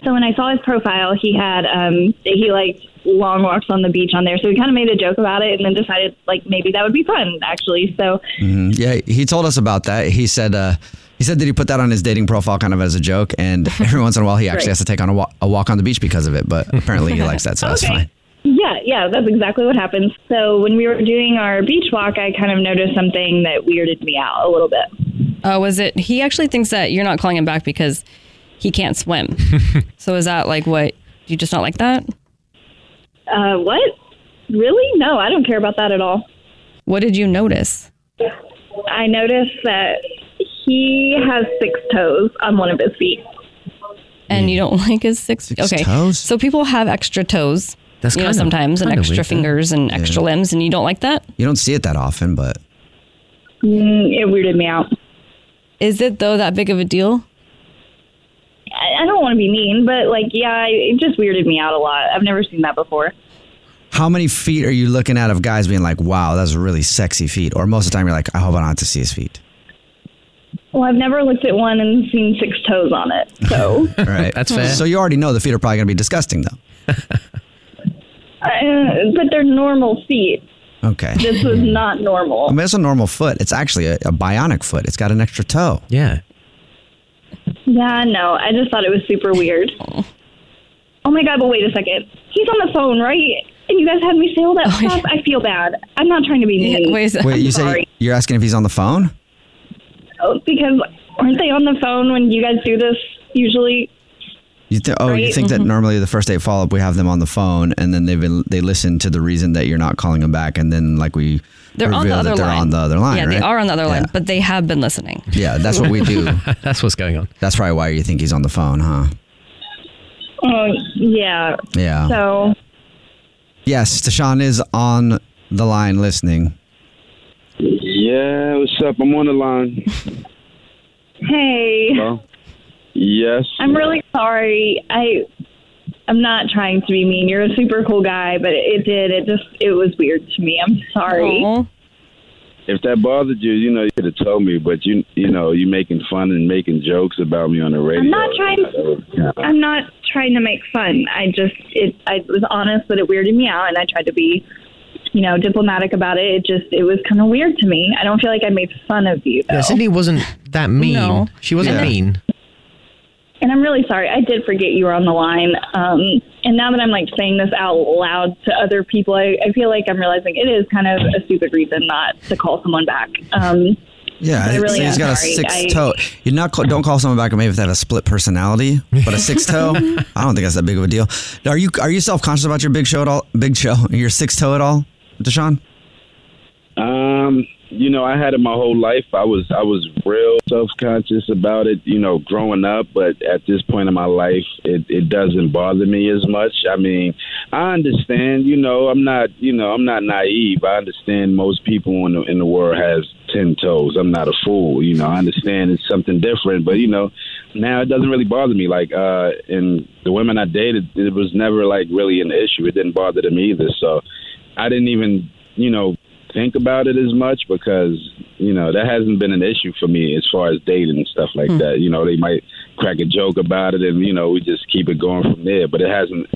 S14: So when I saw his profile, he had um, he liked long walks on the beach on there. So we kind of made a joke about it, and then
S5: Mm-hmm.
S14: decided like maybe that would be fun actually. So
S5: Mhm. Yeah, he told us about that. He said uh, He said that he put that on his dating profile kind of as a joke, and [LAUGHS] every once in a while he actually
S14: Right.
S5: has to take on a walk, a walk on the beach because of it. But apparently he likes that,
S14: [LAUGHS]
S5: so that's fine.
S14: Yeah, yeah, that's exactly what happens. So when we were doing our beach walk, I kind of noticed something that weirded me out a little bit.
S6: Oh, was it? He actually thinks that you're not calling him back because he
S5: [LAUGHS]
S6: can't swim. so is that like what? You just not like that?
S14: Uh, what? Really? No, I don't care about that at all.
S6: What did you notice?
S14: I noticed that he has six toes on one of his feet.
S6: And you
S5: Mm.
S6: don't like his six, okay.
S14: toes?
S6: So people have extra toes.
S5: That's
S6: you know
S5: kinda-
S6: sometimes and
S5: kinda
S6: extra
S5: weird, though.
S6: fingers and
S5: Yeah.
S6: extra limbs, and you don't like that.
S5: You don't see it that often, but
S14: Mm, it weirded me out.
S6: Is it though that big of a deal?
S14: I, I don't want to be mean, but like, yeah, it just weirded me out a lot. I've never seen that before.
S5: how many feet are you looking at of guys being like, "Wow, that's really sexy feet," or most of the time you're like, "I hope I don't have to see his feet."
S14: Well, I've never looked at one and seen six toes on it.
S6: [LAUGHS]
S14: So
S5: All [LAUGHS] right,
S14: That's fair.
S5: So you already know the feet are probably going to be disgusting, though.
S14: Uh, but they're normal feet.
S5: Okay.
S14: This
S6: [LAUGHS]
S14: was not
S5: I
S14: normal.
S5: mean, it's a normal foot. It's actually a, a bionic foot. It's got an extra toe.
S6: [LAUGHS]
S5: Yeah.
S14: Yeah, no, I just thought it was super
S6: [LAUGHS]
S14: weird. Oh my god! But wait a second. He's on the phone, right? And you guys had me say all that stuff. I feel bad. I'm not trying to be mean.
S6: Oh, wait,
S5: Wait,
S14: I'm
S5: you
S14: sorry.
S5: say you're asking if he's on the phone?
S14: Oh, because aren't they on the phone when you guys do this usually?
S5: You th- oh, you
S14: Right.
S5: think
S6: Mm-hmm.
S5: that
S14: Mhm.
S5: normally the first date follow up we have them on the phone and then they've been they listen to the reason that you're not calling them back and then like we
S6: They're
S5: reveal
S6: on the
S5: that
S6: other
S5: they're
S6: line.
S5: on the other line.
S6: Yeah, they
S5: right?
S6: are on the other line, but they have been listening.
S5: Yeah, that's what we
S6: [LAUGHS]
S5: do. [LAUGHS] that's what's going on. That's probably why you think he's on the phone, huh?
S12: Um,
S14: Oh yeah.
S5: Yeah.
S14: So
S5: Yes, Deshaun is on the line listening.
S20: Yeah, what's up? I'm on the line.
S14: hey,
S20: Hello? Yes.
S14: I'm really sorry. I I'm not trying to be mean. You're a super cool guy, but it, it did. It just it was weird to me. I'm sorry.
S20: If that bothered you, you know, you could have told me, but you you know, you making fun and making jokes about me on the radio.
S14: I'm not trying.
S20: That was kinda-
S14: I'm not trying to make fun. I just it. I was honest, but it weirded me out, and I tried to be, you know, diplomatic about it. It just it was kind of weird to me. I don't feel like I made fun of you. Though.
S7: Yeah, Sydney wasn't that mean.
S14: No.
S7: She wasn't
S14: Yeah.
S6: [LAUGHS]
S7: mean.
S14: And I'm really sorry. I did forget you were on the line. Um, and now that I'm like saying this out loud to other people, I, I feel like I'm realizing it is kind of a stupid reason not to call someone back. Um,
S5: Yeah,
S14: I
S5: it's-
S14: really
S5: he's
S14: am
S5: got
S14: sorry.
S5: a six
S14: I-
S5: toe. You not call, don't call someone back maybe if they have a split personality, but a
S14: [LAUGHS]
S5: six toe. I don't think that's that big of a deal. Are you are you self conscious about your big show at all? Big show, [LAUGHS] your six toe at all, Deshaun?
S20: Um, you know, I had it my whole life. I was I was real self conscious about it, you know, growing up, but at this point in my life it, it doesn't bother me as much. I mean, I understand, you know, I'm not you know, I'm not naive. I understand most people in the in the world has ten toes. I'm not a fool, you know, I understand it's something different, but you know, now it doesn't really bother me. Like uh and the women I dated it was never like really an issue. It didn't bother them either, so I didn't even, you know, think about it as much because, you know, that hasn't been an issue for me as far as dating and stuff
S6: Hmm.
S20: like that. You know, they might crack a joke about it and, you know, we just keep it going from there. But it hasn't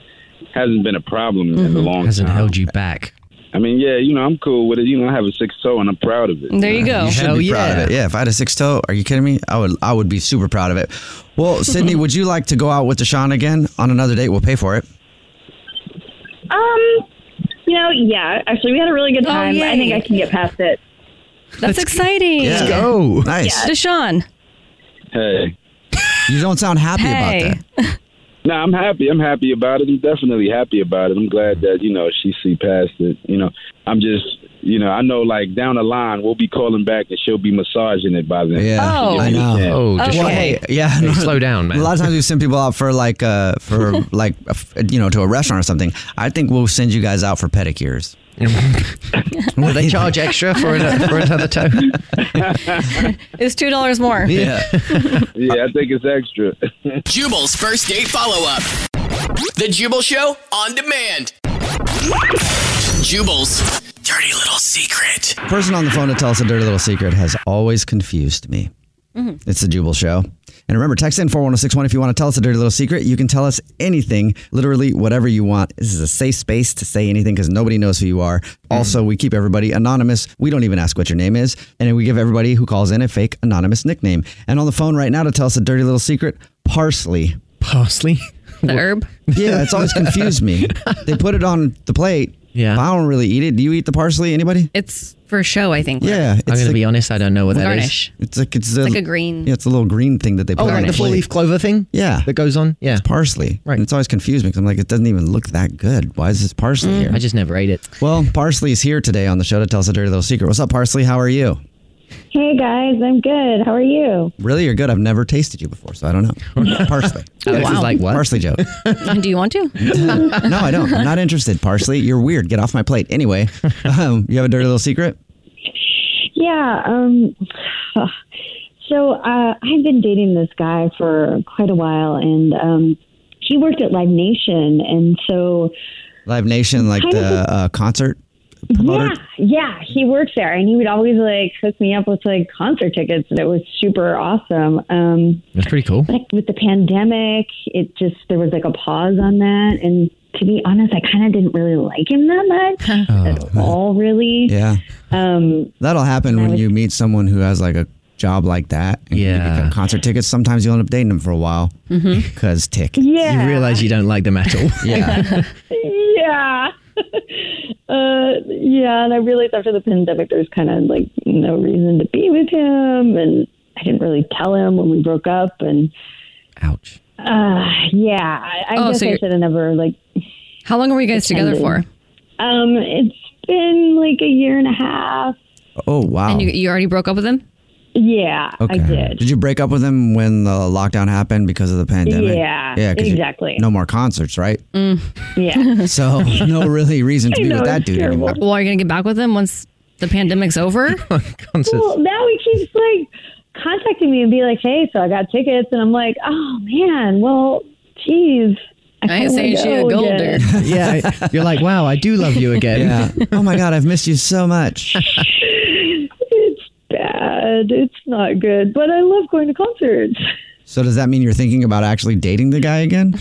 S20: hasn't been a problem
S6: Mm-hmm.
S20: in a long
S7: Hasn't
S20: time.
S7: held you back.
S20: I mean, yeah, you know, I'm cool with it. You know, I have a six toe and I'm proud of it.
S6: There you go.
S5: You should be proud of it. Yeah, if I had a six toe, are you kidding me? I would I would be super proud of it.
S14: [LAUGHS]
S5: Well, Sydney, would you like to go out with Deshaun again on another date? We'll pay for it.
S14: um, you know, yeah. Actually, we had a really good time. I think I can get past it.
S6: Oh, That's exciting.
S5: go.
S14: Oh.
S5: Nice.
S6: Deshaun.
S20: Hey.
S5: You don't sound happy
S6: Hey.
S20: No, I'm happy. I'm happy about it. I'm definitely happy about it. I'm glad that you know she see past it. You know, I'm just you know I know like down the line we'll be calling back and she'll be massaging it by then.
S5: Yeah, Oh,
S20: She'll
S5: I
S20: give me
S5: know.
S20: a chance.
S5: Well, hey, yeah, no, A lot of times we send people out for like, uh, for [LAUGHS] like, a f- you know, to a restaurant or something. I think we'll send you guys out for [LAUGHS] pedicures. Will they charge
S7: extra for an- for another toe?
S6: It's two dollars
S20: [LAUGHS]
S6: more.
S20: yeah, I think it's extra. [LAUGHS]
S8: Jubal's first date follow up. The Jubal Show on demand. Jubal's dirty little secret.
S5: Person on the phone to tell us a dirty little secret has always confused me.
S6: Mm-hmm.
S5: It's the Jubal Show. And remember, text in 41061 if you want to tell us a dirty little secret. You can tell us anything, literally whatever you want. This is a safe space to say anything because nobody knows who you are. Also, we keep everybody anonymous. We don't even ask what your name is. And we give everybody who calls in a fake anonymous nickname. And on the phone right now to tell us a dirty little secret, parsley.
S7: Parsley?
S6: The herb?
S5: Yeah, it's always confused
S6: [LAUGHS]
S5: me. They put it on the plate. Yeah. I don't really eat it. Do you eat the parsley, anybody?
S6: [LAUGHS] It's for show, I think.
S5: Yeah. I'm
S7: gonna be honest, I don't know what that is.
S6: Garnish.
S5: It's like it's, um,
S6: It's like a green- [LAUGHS]
S5: Yeah, it's a little green thing that they
S7: Oh,
S5: put on
S7: like
S5: the
S7: the full
S5: plate.
S7: leaf clover thing?
S5: Yeah.
S7: That goes on? Yeah.
S5: It's parsley. Right. And it's always confused me because I'm like, it doesn't even look that good. Why is this parsley
S7: Mm.
S5: here?
S7: I just never ate it.
S5: Well, parsley is here today on the show to tell us a dirty little secret. What's up, parsley? How are you?
S12: Hey guys, I'm good. How are you?
S5: Really, you're good. I've never tasted you before, so
S7: [LAUGHS]
S5: I don't know. parsley.
S6: Alex is Wow. like,
S5: what? Parsley joke. [LAUGHS]
S6: Oh, Do you want to?
S5: no, I don't. I'm not interested, parsley. You're weird. Get off my plate.
S7: [LAUGHS]
S5: Anyway, um, you have a dirty little secret?
S12: Yeah. Um. So uh, I've been dating this guy for quite a while, and um, he worked at Live Nation, and so
S5: Live Nation, like
S12: Kind
S5: the
S12: of a-
S5: uh, concert promoter?
S12: yeah, yeah, he worked there, and he would always like hook me up with like concert tickets, and it was super awesome. Um,
S7: That's pretty cool.
S12: like with the pandemic, it just there was like a pause on that, and to be honest, I kind of didn't really like him that much
S6: [LAUGHS] Oh,
S12: at all, really.
S5: Yeah.
S12: [LAUGHS] Um,
S5: That'll happen when you meet someone who has like a job like that. And yeah. concert tickets, sometimes you'll end up dating them for a while.
S6: Mm-hmm.
S12: Mhm.
S5: Because tick.
S12: Yeah.
S7: You realize you don't like them at all.
S6: [LAUGHS]
S5: yeah.
S12: [LAUGHS] yeah. [LAUGHS] Uh, yeah, and I realized after the pandemic, there was kind of like no reason to be with him, and I didn't really tell him when we broke up, and ouch. Uh, yeah, I, I
S6: Oh,
S12: guess
S6: so
S12: I
S6: you're-
S12: should have never like.
S6: How long were you guys together for?
S12: Um, it's been like a year and a half.
S5: Oh, wow.
S6: And you, you already broke up with him?
S12: Yeah,
S5: okay.
S12: I did.
S5: you break up with him when the lockdown happened because of the pandemic?
S12: Yeah,
S5: 'cause you-
S12: exactly.
S5: No more concerts, right?
S6: [LAUGHS] Mm.
S12: Yeah.
S5: [LAUGHS] So, no really reason to be with that
S12: [LAUGHS]
S5: dude anymore.
S6: Well, are you going to get back with him once the
S5: [LAUGHS]
S6: pandemic's over?
S12: Well, now he keeps like contacting me and be like, "Hey, so I got tickets," and I'm like, "Oh man, well, geez."
S6: I
S12: kinda
S6: say
S12: wanna
S6: she a
S12: go
S6: gold
S12: again."
S7: [LAUGHS] yeah. You're like, wow, I do love you again.
S5: Yeah. Oh my God, I've missed you
S12: [LAUGHS]
S5: so much.
S12: it's bad. It's not good, but I love going to concerts.
S5: So, does that mean you're thinking about actually dating the guy again?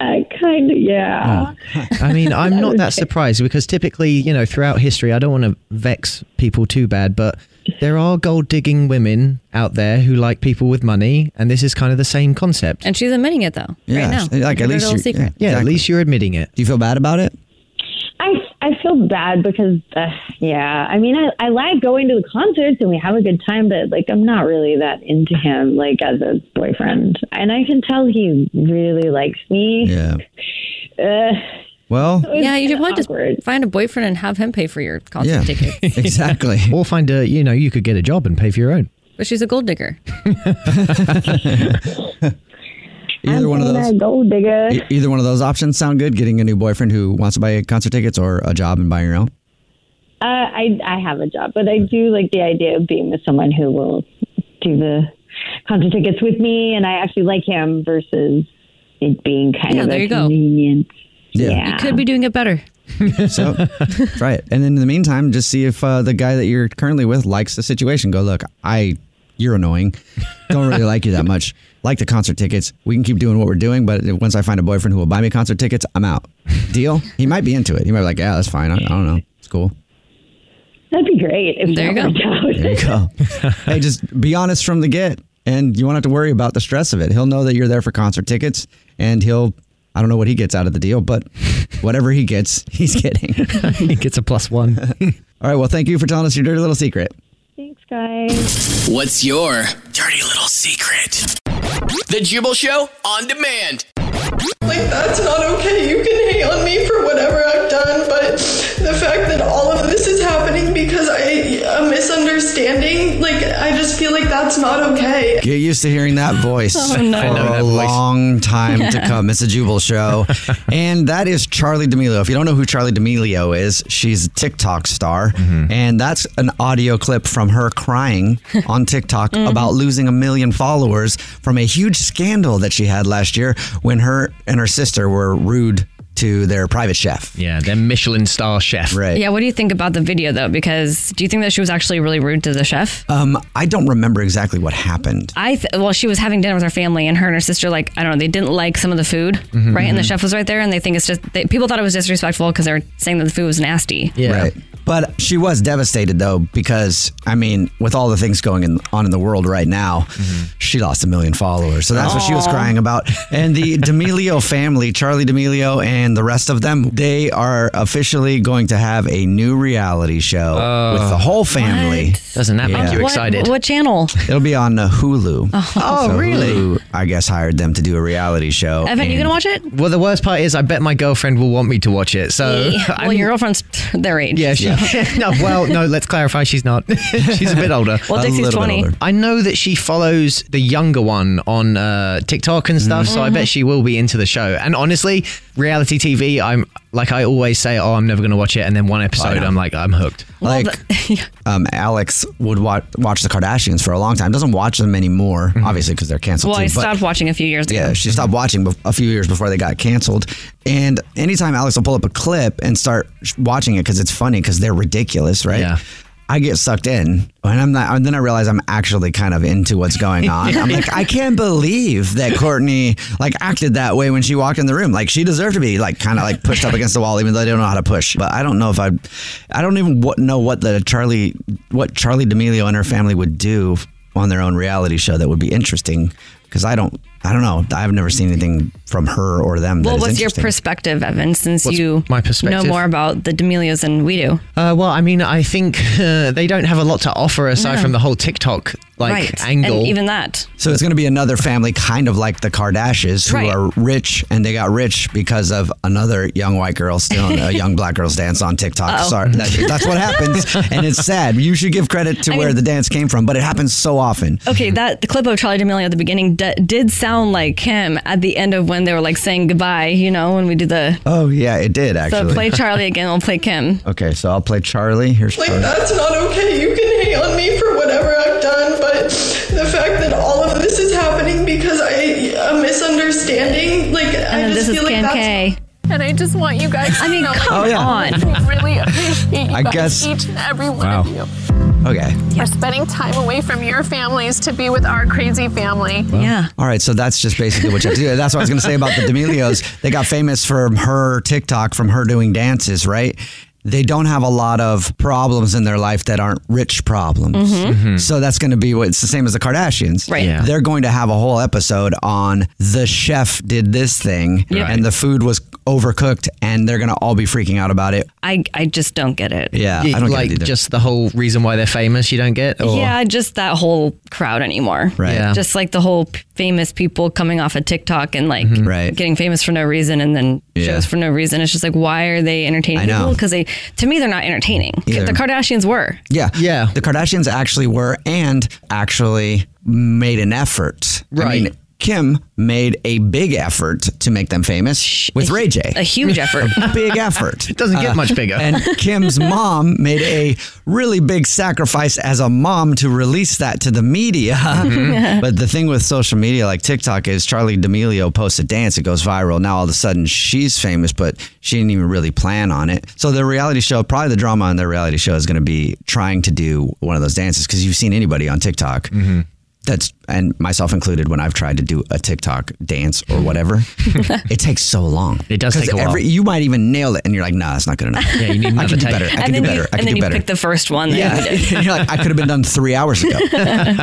S12: I kind of, yeah.
S7: I mean, I'm not that surprised because typically, you know, throughout history, I don't want to vex people too bad, but there are gold digging women out there who like people with money, and this is kind of the same concept.
S6: and she's admitting it, though. right now. It's her little secret.
S7: yeah, at least you're admitting it.
S5: Do you feel bad about it?
S12: I, I feel bad because, uh, yeah, I mean, I, I like going to the concerts and we have a good time, but like, I'm not really that into him, like, as a boyfriend. And I can tell he really likes me.
S5: Yeah.
S12: Uh,
S5: Well,
S6: Yeah, you should probably just find a boyfriend and have him pay for your concert
S7: Yeah. [LAUGHS]
S5: [LAUGHS]
S6: ticket.
S5: exactly.
S7: Or find a, you know, you could get a job and pay for your own.
S6: But she's a gold digger.
S5: Either one of
S12: I'm
S5: those.
S12: a gold digger.
S5: E- Either one of those options sound good. Getting a new boyfriend who wants to buy concert tickets, or a job and buying your own.
S12: Uh, I, I have a job, but I do like the idea of being with someone who will do the concert tickets with me, and I actually like him versus it being kind
S6: Yeah,
S12: of
S6: there
S12: a
S6: you go.
S12: convenience.
S6: [LAUGHS] You could be doing it better.
S5: so try it, and then in the meantime, just see if uh, the guy that you're currently with likes the situation. Go look, I you're annoying. Don't really like you that much. Like the concert tickets. We can keep doing what we're doing, but once I find a boyfriend who will buy me concert tickets, I'm out. Deal? He might be into it. He might be like, yeah, that's fine. I, I don't know. It's cool.
S12: That'd be great. If
S6: There you
S12: that
S6: go.
S12: worked out. [LAUGHS]
S5: There you go. [LAUGHS] hey, just be honest from the get, and you won't have to worry about the stress of it. He'll know that you're there for concert tickets, and he'll. I don't know what he gets out of the deal, but whatever he gets,
S7: [LAUGHS]
S5: he's getting. he
S7: gets a plus one.
S5: [LAUGHS] All right. Well, thank you for telling us your dirty little secret.
S12: Thanks, guys.
S8: What's your dirty little secret? The Jubal Show on demand.
S16: Like, that's not okay. You can hate on me for whatever I've done, but the fact that all of this is happening because I a misunderstanding, like, I just feel like that's not okay.
S5: Get used to hearing that voice
S16: [LAUGHS] Oh, no.
S5: for
S16: I know
S5: a
S16: that voice.
S5: long time to come. It's a
S7: [LAUGHS]
S5: Jubal show. and that is Charlie D'Amelio. If you don't know who Charlie D'Amelio is, she's a TikTok star.
S7: Mm-hmm.
S5: And that's an audio clip from
S7: [LAUGHS]
S5: her crying on TikTok
S7: Mm-hmm.
S5: about losing a million followers from a huge scandal that she had last year when her and her sister were rude to to their private chef.
S7: Yeah, their Michelin star chef.
S5: Right.
S6: Yeah, what do you think about the video though? Because do you think that she was actually really rude to the chef?
S5: Um, I don't remember exactly what happened.
S6: I th- well, she was having dinner with her family, and her and her sister like I don't know, they didn't like some of the food,
S5: Mhm.
S6: right? And the
S5: Mhm.
S6: chef was right there, and they think it's just they, people thought it was disrespectful because they were saying that the food was nasty.
S5: Right. But she was devastated though because I mean, with all the things going in, on in the world right now,
S7: Mm-hmm.
S5: she lost a million followers. So that's what she was
S4: Aw.
S5: crying about. And the D'Amelio
S7: [LAUGHS]
S5: family, Charlie D'Amelio and the rest of them, they are officially going to have a new reality show with the whole family.
S7: Oh. Doesn't that
S6: On what, What channel?
S5: It'll be on uh, Hulu.
S6: Oh.
S7: Oh, really?
S5: Hulu, I guess hired them to do a reality show.
S6: Evan,
S5: Oh,
S6: you
S5: and-
S6: gonna watch
S5: [LAUGHS]
S6: it?
S7: Well, the worst part is I bet my girlfriend will want me to watch it. So
S6: Yeah. [LAUGHS] well,
S7: I'm-
S6: your girlfriend's their age.
S7: Yeah, she, [LAUGHS] no, well, no, let's clarify. She's not. [LAUGHS] she's a bit older.
S6: [LAUGHS] Well,
S7: A
S6: Dixie's
S7: little bit
S6: 20.
S7: older. I know that she follows the younger one on uh, TikTok and stuff, so I bet she will be into the show. And honestly, reality TV, I'm like I always say, oh, I'm never going to watch it, and then one episode, I'm like, I'm hooked.
S5: Oh, like
S6: [LAUGHS]
S5: um, Alex would wa- watch the Kardashians for a long time. Doesn't watch them anymore,
S7: Mm-hmm.
S5: obviously because they're canceled.
S6: Well,
S5: too,
S6: I
S5: but-
S6: stopped watching a few years ago.
S5: yeah, she stopped watching bef- a few years before they got canceled. And anytime Alex will pull up a clip and start sh- watching it because it's funny because they're ridiculous, right? Yeah. I get sucked in, and I'm not. And then I realize I'm actually kind of into
S7: [LAUGHS]
S5: what's going on. I'm like, I can't believe that Courtney like acted that way when she walked in the room. Like she deserved to be like kind of like pushed up against the wall, even though I don't know how to push. But I don't know if I, I don't even what, know what the Charlie, what Charlie D'Amelio and her family would do on their own reality show that would be interesting because I don't I don't know I've never seen anything from her or them. that
S6: Well,
S5: is
S6: what's your
S5: interesting.
S6: perspective, Evan? Since
S5: What's
S6: you
S5: my
S6: know
S5: perspective?
S6: more about the D'Amelios than we do.
S7: Uh, well, I mean, I think uh, they don't have a lot to offer aside
S6: No.
S7: from the whole TikTok like
S6: right.
S7: angle.
S6: and even that.
S5: So it's going to be another family, kind of like the Kardashians, who
S6: Right.
S5: are rich and they got rich because of another young white girl stealing
S6: [LAUGHS]
S5: a young black girl's dance on TikTok.
S4: Uh-oh.
S5: Sorry, that, that's what happens, and it's sad. You should give credit to
S6: I
S5: where
S6: mean-
S5: the dance came from, but it happens so often.
S6: Okay, that the clip of Charlie D'Amelio at the beginning d- did sound like him at the end of when they were like saying goodbye. You know, when we did the
S5: Oh yeah, it did actually. [LAUGHS]
S6: so play Charlie again, we'll play Kim.
S5: Okay, so I'll play Charlie. Here's
S16: Like,
S5: Charlie.
S16: that's not okay. You can hate on me for whatever I've done, but the fact that all of this is happening because I a misunderstanding, like, I
S6: then
S16: just
S6: this is
S16: feel like
S6: Kim
S16: that's.
S6: K.
S21: And I just want you guys. I mean, to know
S16: come
S21: that
S16: on.
S21: I really
S7: [LAUGHS]
S21: appreciate you
S5: I
S21: guys,
S5: guess-
S21: each and every one
S5: Wow.
S21: of you.
S5: Okay.
S21: Are spending time away from your families to be with our crazy family.
S6: Yeah.
S5: All right, so that's just basically what you have to do. That's what I was going to say about the D'Amelios. They got famous from her TikTok, from her doing dances, right? They don't have a lot of problems in their life that aren't rich problems.
S4: Mhm.
S7: Mm-hmm.
S4: Mhm.
S5: So that's going to be what it's the same as the Kardashians.
S4: Right. Yeah.
S5: They're going to have a whole episode on the chef did this thing
S6: Yep.
S5: and the food was overcooked and they're going to all be freaking out about it.
S6: I I just don't get it.
S5: Yeah.
S7: You-
S5: I don't
S7: like
S5: get it either. Oh.
S7: just the whole reason why they're famous, you don't get. Or,
S6: Yeah, just that whole crowd anymore.
S7: Right. Yeah.
S6: Just like the whole p- famous people coming off of TikTok and like
S5: Right.
S6: getting famous for no reason and then
S5: Mm-hmm. Yeah.
S6: shows for no reason. It's just like, why are they entertaining
S5: I know.
S6: people? Because they, to me, they're not entertaining.
S5: Yeah.
S6: The Kardashians were.
S5: Yeah. Yeah. The Kardashians actually were and actually made an effort. Right. I mean, Kim made a big effort to make them famous with Ray J.
S6: a huge effort.
S5: [LAUGHS] a big effort. Uh,
S7: It doesn't get much bigger.
S5: And Kim's mom made a really big sacrifice as a mom to release that to the media. [LAUGHS]
S4: Mhm.
S5: but the thing with social media like TikTok is Charlie D'Amelio posts a dance, it goes viral. Now all of a sudden she's famous, but she didn't even really plan on it. So the reality show, probably the drama on their reality show is going to be trying to do one of those dances because you've seen anybody on TikTok.
S7: Mm-hmm.
S5: That's and myself included when I've tried to do a TikTok dance or whatever,
S7: [LAUGHS]
S5: it takes so long. It
S7: does take a while.
S5: you might even nail it, and you're like, nah, that's not good enough.
S7: Yeah, you need
S5: I
S7: another
S5: can do
S7: take.
S5: better. I
S7: And
S5: can do
S7: then you-
S5: better. I
S7: and
S5: can
S7: then
S5: do
S7: you
S5: better.
S7: pick
S6: the first one that
S5: Yeah,
S6: you
S5: [LAUGHS]
S6: did.
S5: you're like, I could have been done three hours ago, [LAUGHS]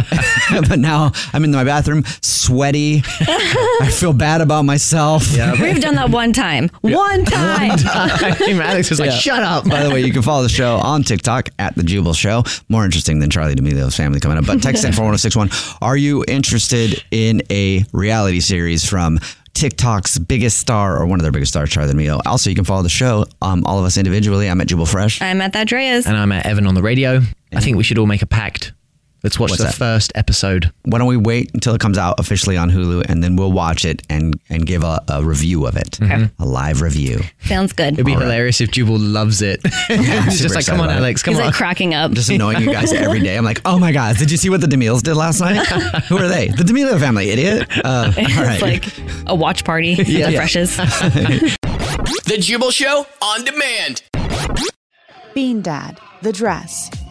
S5: but now I'm in my bathroom, sweaty. I feel bad about myself. [LAUGHS]
S6: We've done that one time. One time.
S7: Alex was like, "Shut up."
S5: By the way, you can follow the show on TikTok at The Jubal Show. More interesting than Charlie D'Amelio's family coming up. But text in 41061. Are you interested in a reality series from TikTok's biggest star or one of their biggest stars, Charlie D'Amelio? Also, you can follow the show, um, all of us individually. I'm at Jubal Fresh.
S6: I'm at that Dreas.
S7: and I'm at Evan on the radio. I think we should all make a pact. Let's watch
S5: What's
S7: the
S5: that?
S7: first episode.
S5: Why don't we wait until it comes out officially on Hulu and then we'll watch it and, and give a, a review of it, a live review.
S6: Sounds good.
S7: Mm-hmm. It'd be hilarious if Jubal loves
S5: [LAUGHS]
S7: it. He's
S5: super
S7: just like, come on,
S5: excited about it."
S7: Alex, come
S6: He's
S7: on.
S6: like cracking up.
S5: I'm just annoying you guys every day. I'm like, oh my God, did you see what the D'Amelios did
S7: [LAUGHS]
S5: last night? Who are they? The D'Amelio family, idiot. Uh, all
S6: [LAUGHS] it's
S5: right.
S6: like a watch party.
S5: [LAUGHS] Yeah. [LAUGHS]
S6: [LAUGHS] yeah. The freshes.
S8: The Jubal Show on demand.
S22: Bean Dad, The Dress,